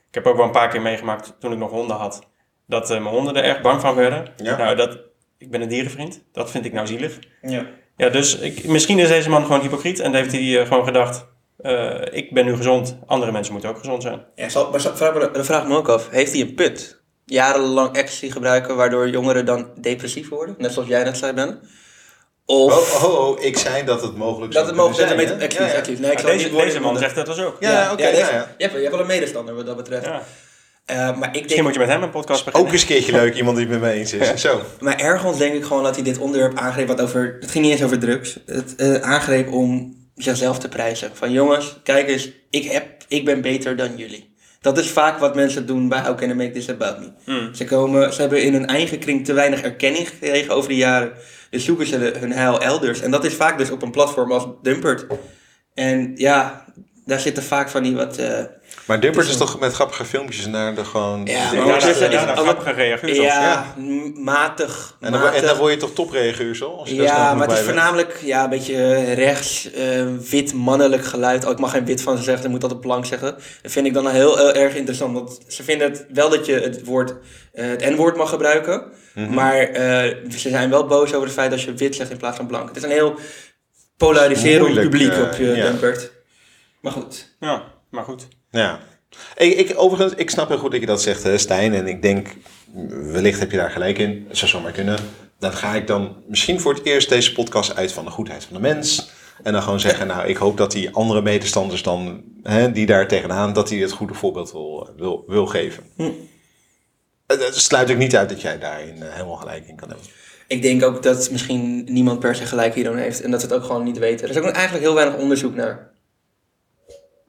Ik heb ook wel een paar keer meegemaakt toen ik nog honden had. Dat eh, mijn honden er erg bang van werden. Ja. Nou, dat, ik ben een dierenvriend. Dat vind ik nou zielig. Ja. Ja, dus ik, misschien is deze man gewoon hypocriet en heeft hij eh, gewoon gedacht: eh, ik ben nu gezond, andere mensen moeten ook gezond zijn. Ja, zal- maar zal- vraag me, dan vraag ik me ook af, heeft hij een put? Jarenlang ecstasy gebruiken, waardoor jongeren dan depressief worden? Net zoals jij net zei, Ben. Of Oh, oh, oh, ik zei dat het mogelijk dat het mogelijk kunnen is zijn, met hè? excuse, Ja, ja. excuse. Nee, ik Maar zal deze niet worden deze man onder- zegt dat dus ook. Ja, oké, deze- ja, ja. Je, hebt, je hebt wel een medestander wat dat betreft. Ja. Eh, maar ik denk, Misschien moet je met hem een podcast beginnen. Ook eens een keertje leuk, iemand die het met me eens is. Zo. maar ergens denk ik gewoon dat hij dit onderwerp aangreep wat over, het ging niet eens over drugs, het eh, aangreep om jezelf te prijzen. Van jongens, kijk eens, ik, heb, ik ben beter dan jullie. Dat is vaak wat mensen doen bij How Can I Make This About Me. Hmm. Ze, komen, ze hebben in hun eigen kring te weinig erkenning gekregen over de jaren. Dus zoeken ze de- hun heil elders. En dat is vaak dus op een platform als Dumpert. En ja, daar zitten vaak van die wat... eh, Maar Dumpert is toch met grappige filmpjes naar de gewoon... Ja, Ja, maar daar is- is is- daar is- grappig gereageerd. ja, Ja. m- matig. En dan, wo- en matig. dan word je toch topreguur, zo? Als je daar snel Ja, genoeg maar het is bij bent. voornamelijk ja, een beetje eh, rechts, eh, wit, mannelijk geluid. Oh, ik mag geen wit van ze zeggen, ik moet altijd blank zeggen. Dat vind ik dan heel, eh, erg interessant. Want ze vinden het wel dat je het woord, eh, het N-woord mag gebruiken. Mhm. Maar eh, ze zijn wel boos over het feit dat je wit zegt in plaats van blank. Het is een heel polariserend Moeilijk, publiek eh, op je ja. Dumpert. Maar goed. Ja, maar goed. Ja. Ik, ik, overigens, ik snap heel goed dat je dat zegt, hè, Stijn. En ik denk, wellicht heb je daar gelijk in. Het zou zomaar kunnen. Dan ga ik dan misschien voor het eerst deze podcast uit van de goedheid van de mens. En dan gewoon zeggen, nou, ik hoop dat die andere medestanders dan, hè, die daar tegenaan, dat die het goede voorbeeld wil, wil, wil geven. Hm. Eh, Dat sluit ik niet uit dat jij daarin eh, helemaal gelijk in kan hebben. Ik denk ook dat misschien niemand per se gelijk hierom heeft. En dat ze het ook gewoon niet weten. Er is ook eigenlijk heel weinig onderzoek naar.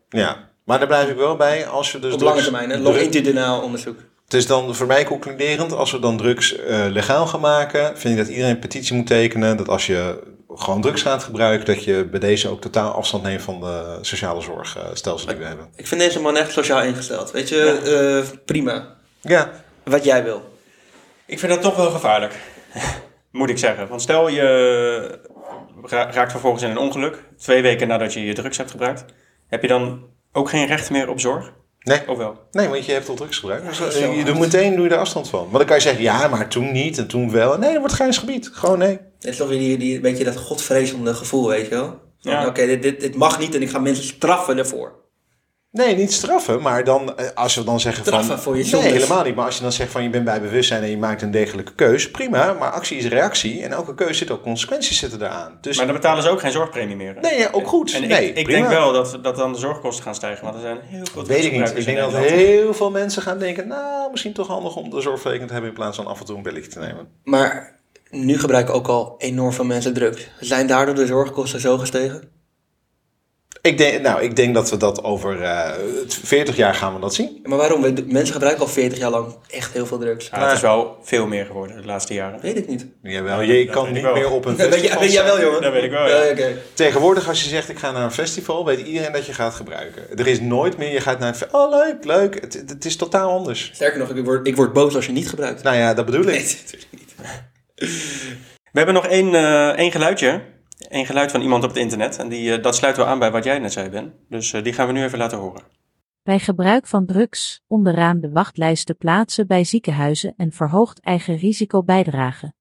Ja. Maar daar blijf ik wel bij als je dus... Op lange drugs- termijn, hè. drugs- longitudinaal onderzoek. Het is dan voor mij concluderend, als we dan drugs eh, legaal gaan maken, vind ik dat iedereen een petitie moet tekenen. Dat als je gewoon drugs gaat gebruiken, dat je bij deze ook totaal afstand neemt van de sociale zorgstelsel die we hebben. Ik vind deze man echt sociaal ingesteld. Weet je, eh, prima. Ja, Wat jij wil. Ik vind dat toch wel gevaarlijk. Moet ik zeggen. Want stel je eh, ra- raakt vervolgens in een ongeluk. Twee weken nadat je je drugs hebt gebruikt. Heb je dan ook geen recht meer op zorg? nee. Of Oh, wel? Nee, want je hebt al drugs gebruikt. Dus, eh, dat is wel je doet hard. meteen doe je er afstand van. Maar dan kan je zeggen, ja, maar toen niet en toen wel. Nee, dat wordt grijs gebied. Gewoon nee. Het is toch weer die, die, een beetje dat godvrezende gevoel, weet je wel. Van, Ja. Oké, dit, dit, dit mag niet en ik ga mensen straffen ervoor. Nee, niet straffen, maar dan eh, als we dan zeggen van... Straffen voor je Nee, zondes. helemaal niet. Maar als je dan zegt van je bent bij bewustzijn en je maakt een degelijke keus, prima. Maar actie is reactie en elke keus zit ook consequenties zitten eraan. Dus Maar dan betalen ze ook geen zorgpremie meer. hè? Nee, ja, ook goed. En ik- nee, ik, prima. denk wel dat, dat dan de zorgkosten gaan stijgen. Want er zijn heel veel Dat weet ik niet. drugsgebruikers Ik denk in dat Nederland. heel veel mensen gaan denken... nou, misschien toch handig om de zorgverzekering te hebben... in plaats van af en toe een belletje te nemen. Maar nu gebruiken ook al enorm veel mensen drugs. Zijn daardoor de zorgkosten zo gestegen? Ik denk, nou, ik denk dat we dat over eh, 40 jaar gaan we dat zien. Maar waarom? We- Mensen gebruiken al 40 jaar lang echt heel veel drugs. Ja, het is wel veel meer geworden de laatste jaren. Weet ik niet. Jawel, je dat kan weet niet ik wel. meer op een Weet, festival jij- weet jij wel, zijn. jongen? Dat weet ik wel, ja. Ja, oké. Tegenwoordig als je zegt ik ga naar een festival... weet iedereen dat je gaat gebruiken. Er is nooit meer je gaat naar een fe- Oh, leuk, leuk. Het, het is totaal anders. Sterker nog, ik word, ik word boos als je niet gebruikt. Nou ja, dat bedoel ik. Nee, natuurlijk niet. We hebben nog één, eh, één geluidje. Eén geluid van iemand op het internet. En die, eh, dat sluit wel aan bij wat jij net zei, Ben. Dus eh, die gaan we nu even laten horen. Bij gebruik van drugs, onderaan de wachtlijsten plaatsen bij ziekenhuizen en verhoogd eigen risico bijdragen.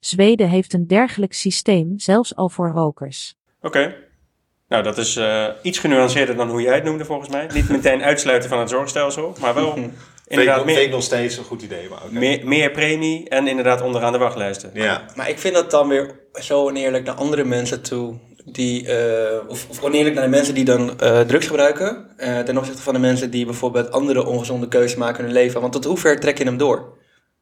Zweden heeft een dergelijk systeem zelfs al voor rokers. Oké. Nou, dat is eh, iets genuanceerder dan hoe jij het noemde, volgens mij. Niet meteen uitsluiten van het zorgstelsel, maar wel Vind ik inderdaad nog- vind ik meer, nog steeds een goed idee, maar oké. meer, meer premie en inderdaad onderaan de wachtlijsten. Ja. Maar ik vind dat dan weer zo oneerlijk naar andere mensen toe. Die, eh, of, of oneerlijk naar de mensen die dan eh, drugs gebruiken. eh, ten opzichte van de mensen die bijvoorbeeld andere ongezonde keuzes maken in hun leven. Want tot hoe ver trek je hem door?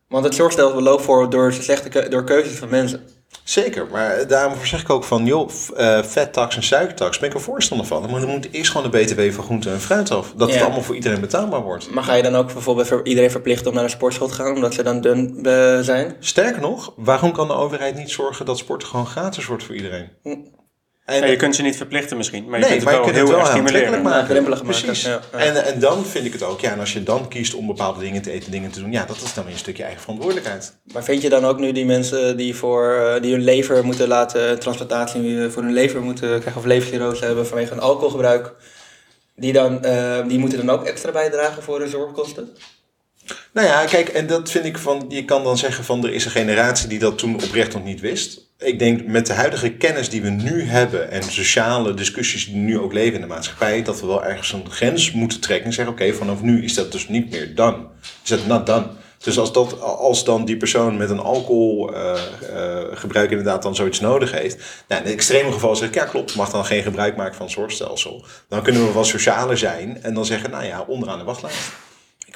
Want het zorgstelsel loopt voor door slechte keu- door keuzes van mensen. Zeker, maar eh, daarom zeg ik ook van, joh, v- eh, vettax en suikertax, ben ik er voorstander van. Maar dan moet eerst gewoon de btw van groente en fruit af. Dat het Ja. allemaal voor iedereen betaalbaar wordt. Maar ga je dan ook bijvoorbeeld voor iedereen verplichten om naar een sportschool te gaan omdat ze dan dun eh, zijn? Sterker nog, waarom kan de overheid niet zorgen dat sport gewoon gratis wordt voor iedereen? Hm. En, Ja, je kunt ze niet verplichten misschien, maar je nee, kunt maar het je wel kunt heel het wel erg aantrekkelijk stimuleren. maken. laagdrempelig maken, Precies. ja, ja. En, en dan vind ik het ook, ja, en als je dan kiest om bepaalde dingen te eten, dingen te doen, ja, dat is dan weer een stukje eigen verantwoordelijkheid. Maar vind je dan ook nu die mensen die, voor, eh, die hun lever moeten laten, transplantatie eh, voor hun lever moeten krijgen of levercirrose hebben vanwege een alcoholgebruik, die, dan, eh, die moeten dan ook extra bijdragen voor de zorgkosten? Nou ja, kijk, en dat vind ik van, je kan dan zeggen van, er is een generatie die dat toen oprecht nog niet wist. Ik denk met de huidige kennis die we nu hebben en sociale discussies die nu ook leven in de maatschappij, dat we wel ergens een grens moeten trekken en zeggen, oké, vanaf nu is dat dus niet meer dan. Is dat not dan? Dus als, dat, als dan die persoon met een alcoholgebruik inderdaad dan zoiets nodig heeft. Nou, in het extreme geval zeg ik, ja klopt, mag dan geen gebruik maken van het zorgstelsel. Dan kunnen we wat socialer zijn en dan zeggen, nou ja, onderaan de wachtlijst. Ik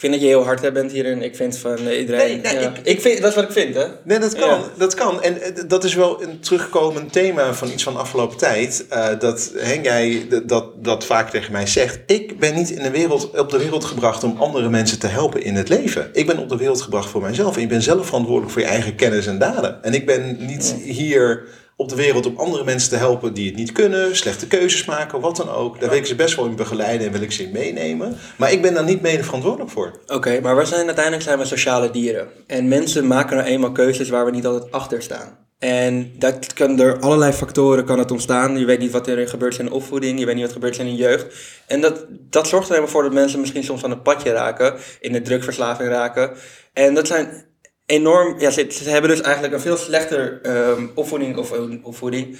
Ik vind dat je heel hard bent hierin. Ik vind van eh, iedereen. Nee, nee, ja. ik- ik, vind, dat is wat ik vind, hè? Nee, dat kan. Ja. Dat kan. En eh, dat is wel een terugkomend thema van iets van afgelopen tijd. eh, dat Henk, jij d- dat, dat vaak tegen mij zegt. Ik ben niet in de wereld, op de wereld gebracht om andere mensen te helpen in het leven. Ik ben op de wereld gebracht voor mijzelf. En je bent zelf verantwoordelijk voor je eigen kennis en daden. En ik ben niet hier op de wereld om andere mensen te helpen die het niet kunnen, slechte keuzes maken, wat dan ook. Daar wil ik ze best wel in begeleiden en wil ik ze in meenemen. Maar ik ben daar niet mede verantwoordelijk voor. Oké, maar we zijn uiteindelijk zijn we sociale dieren. En mensen maken nou eenmaal keuzes waar we niet altijd achter staan. En dat kan door allerlei factoren kan het ontstaan. Je weet niet wat er gebeurt in de opvoeding, je weet niet wat er gebeurt in de jeugd. En dat, dat zorgt er helemaal voor dat mensen misschien soms aan een padje raken, in de drugverslaving raken. En dat zijn enorm, ja, ze, ze hebben dus eigenlijk een veel slechter ehm, opvoeding of een opvoeding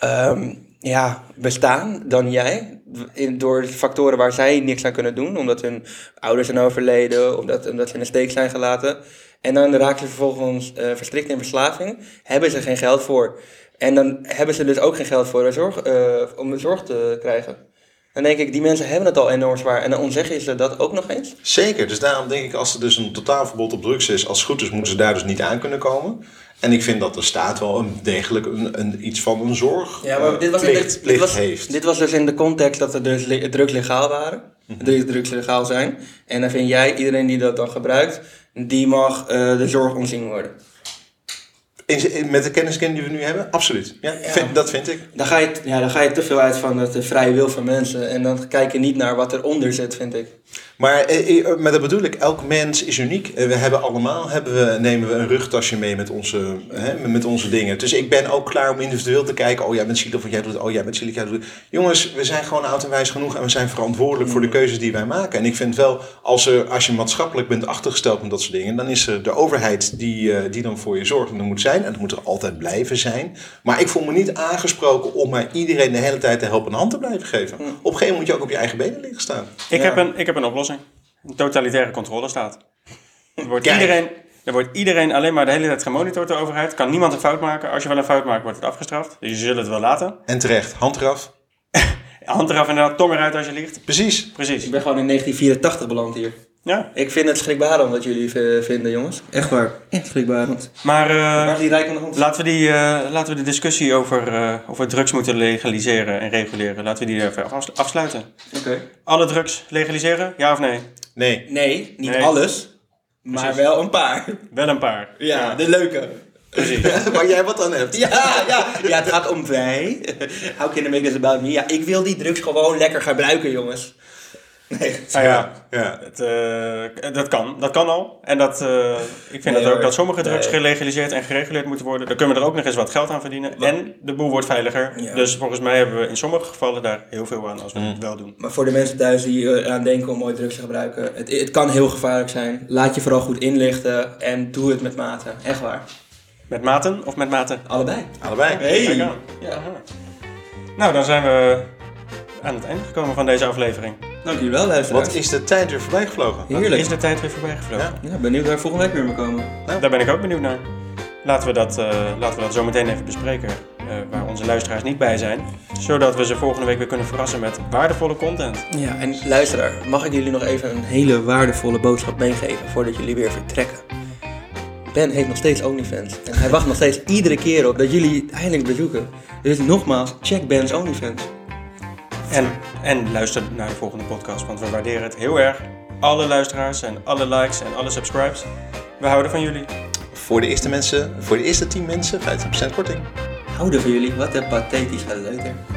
ehm, ja, bestaan dan jij. In, door factoren waar zij niks aan kunnen doen. Omdat hun ouders zijn overleden, omdat, omdat ze in de steek zijn gelaten. En dan raken ze vervolgens eh, verstrikt in verslaving. Hebben ze geen geld voor. En dan hebben ze dus ook geen geld voor de zorg, eh, om de zorg te krijgen. Dan denk ik, die mensen hebben het al enorm zwaar. En dan ontzeggen je ze dat ook nog eens. Zeker, dus daarom denk ik als er dus een totaalverbod op drugs is, als het goed is moeten ze daar dus niet aan kunnen komen. En ik vind dat de staat wel een degelijk een, een, iets van een zorg Ja, maar eh, dit was, plicht, dit, plicht was, heeft. dit was dus in de context dat er dus le- drugs legaal waren. Dus drugs legaal zijn. En dan vind jij, iedereen die dat dan gebruikt, die mag eh, de zorg ontzien worden. In z- in- met de kenniskenning die we nu hebben, absoluut. Ja, vind- dat vind ik. Dan ga, je, t- ja, dan ga je te veel uit van het eh, vrije wil van mensen. En dan kijk je niet naar wat eronder zit, vind ik. Maar eh, eh, maar dat bedoel ik, elk mens is uniek. Eh, We hebben allemaal, hebben we, nemen we een rugtasje mee met onze, hè, met onze dingen. Dus ik ben ook klaar om individueel te kijken. Oh, jij bent zielig, wat jij doet. Oh, jij bent zielig, jij doet. Jongens, we zijn gewoon oud en wijs genoeg en we zijn verantwoordelijk voor de keuzes die wij maken. En ik vind wel, als, er, als je maatschappelijk bent achtergesteld met dat soort dingen, dan is er de overheid die, eh, die dan voor je zorgt. En dat moet zijn, en dat moet er altijd blijven zijn. Maar ik voel me niet aangesproken om maar iedereen de hele tijd de helpende hand te blijven geven. Op een gegeven moment moet je ook op je eigen benen liggen staan. Ik, Ja. heb een, ik heb een oplossing. Een totalitaire controlestaat. Er wordt, Kijk. iedereen, er wordt iedereen alleen maar de hele tijd gemonitord door de overheid. Kan niemand een fout maken. Als je wel een fout maakt, wordt het afgestraft. Dus je zult het wel laten. En terecht, hand eraf. Hand eraf inderdaad, tong eruit als je liegt. Precies. Precies. Ik ben gewoon in 1984 beland hier. Ja, Ik vind het schrikbarend wat jullie eh, vinden, jongens. Echt waar. Echt schrikbarend. maar eh, Waar is die rijk aan de hand? laten, we die, eh, laten we de discussie over eh, of we drugs moeten legaliseren en reguleren. Laten we die even afs- afsluiten. Oké. Alle drugs legaliseren? Ja of nee? Nee. Nee, niet Nee. alles. Maar Precies. wel een paar. Wel een paar. Ja, de leuke. Precies. Waar jij wat aan hebt. Ja, ja. ja, het gaat om wij. How can I make this about me? Ja, ik wil die drugs gewoon lekker gebruiken, jongens. Nee. Ah, ja. Ja. Het, eh, dat kan. Dat kan al. En dat, eh, ik vind dat ook hoor. dat sommige drugs Nee. gelegaliseerd en gereguleerd moeten worden. Dan kunnen we er ook nog eens wat geld aan verdienen. En de boel wordt veiliger. Ja. Mm. Dus volgens mij hebben we in sommige gevallen daar heel veel aan als we het wel doen. Maar voor de mensen thuis die eh, eraan denken om ooit drugs te gebruiken, het, het kan heel gevaarlijk zijn. Laat je vooral goed inlichten en doe het met mate. Echt waar. Met maten of met maten? Allebei. Allebei. Kijk Hey. aan. Ja, Nou, dan zijn we aan het einde gekomen van deze aflevering. dank jullie wel, luisteraars. Wat is de tijd weer voorbij gevlogen? Heerlijk. Is de tijd weer voorbij gevlogen? Ja, benieuwd waar we volgende week weer mee komen. Daar ben ik ook benieuwd naar. Laten we dat, eh, laten we dat zo meteen even bespreken. eh, waar onze luisteraars niet bij zijn. Zodat we ze volgende week weer kunnen verrassen met waardevolle content. Ja, en luisteraar, mag ik jullie nog even een hele waardevolle boodschap meegeven voordat jullie weer vertrekken? Ben heeft nog steeds OnlyFans. En hij wacht nog steeds iedere keer op dat jullie het eindelijk bezoeken. Dus nogmaals, check Ben's OnlyFans. En, en luister naar de volgende podcast, want we waarderen het heel erg. Alle luisteraars en alle likes en alle subscribes. We houden van jullie. Voor de eerste mensen, voor de eerste 10 mensen 50% korting. Houden van jullie, wat een pathetische leuter.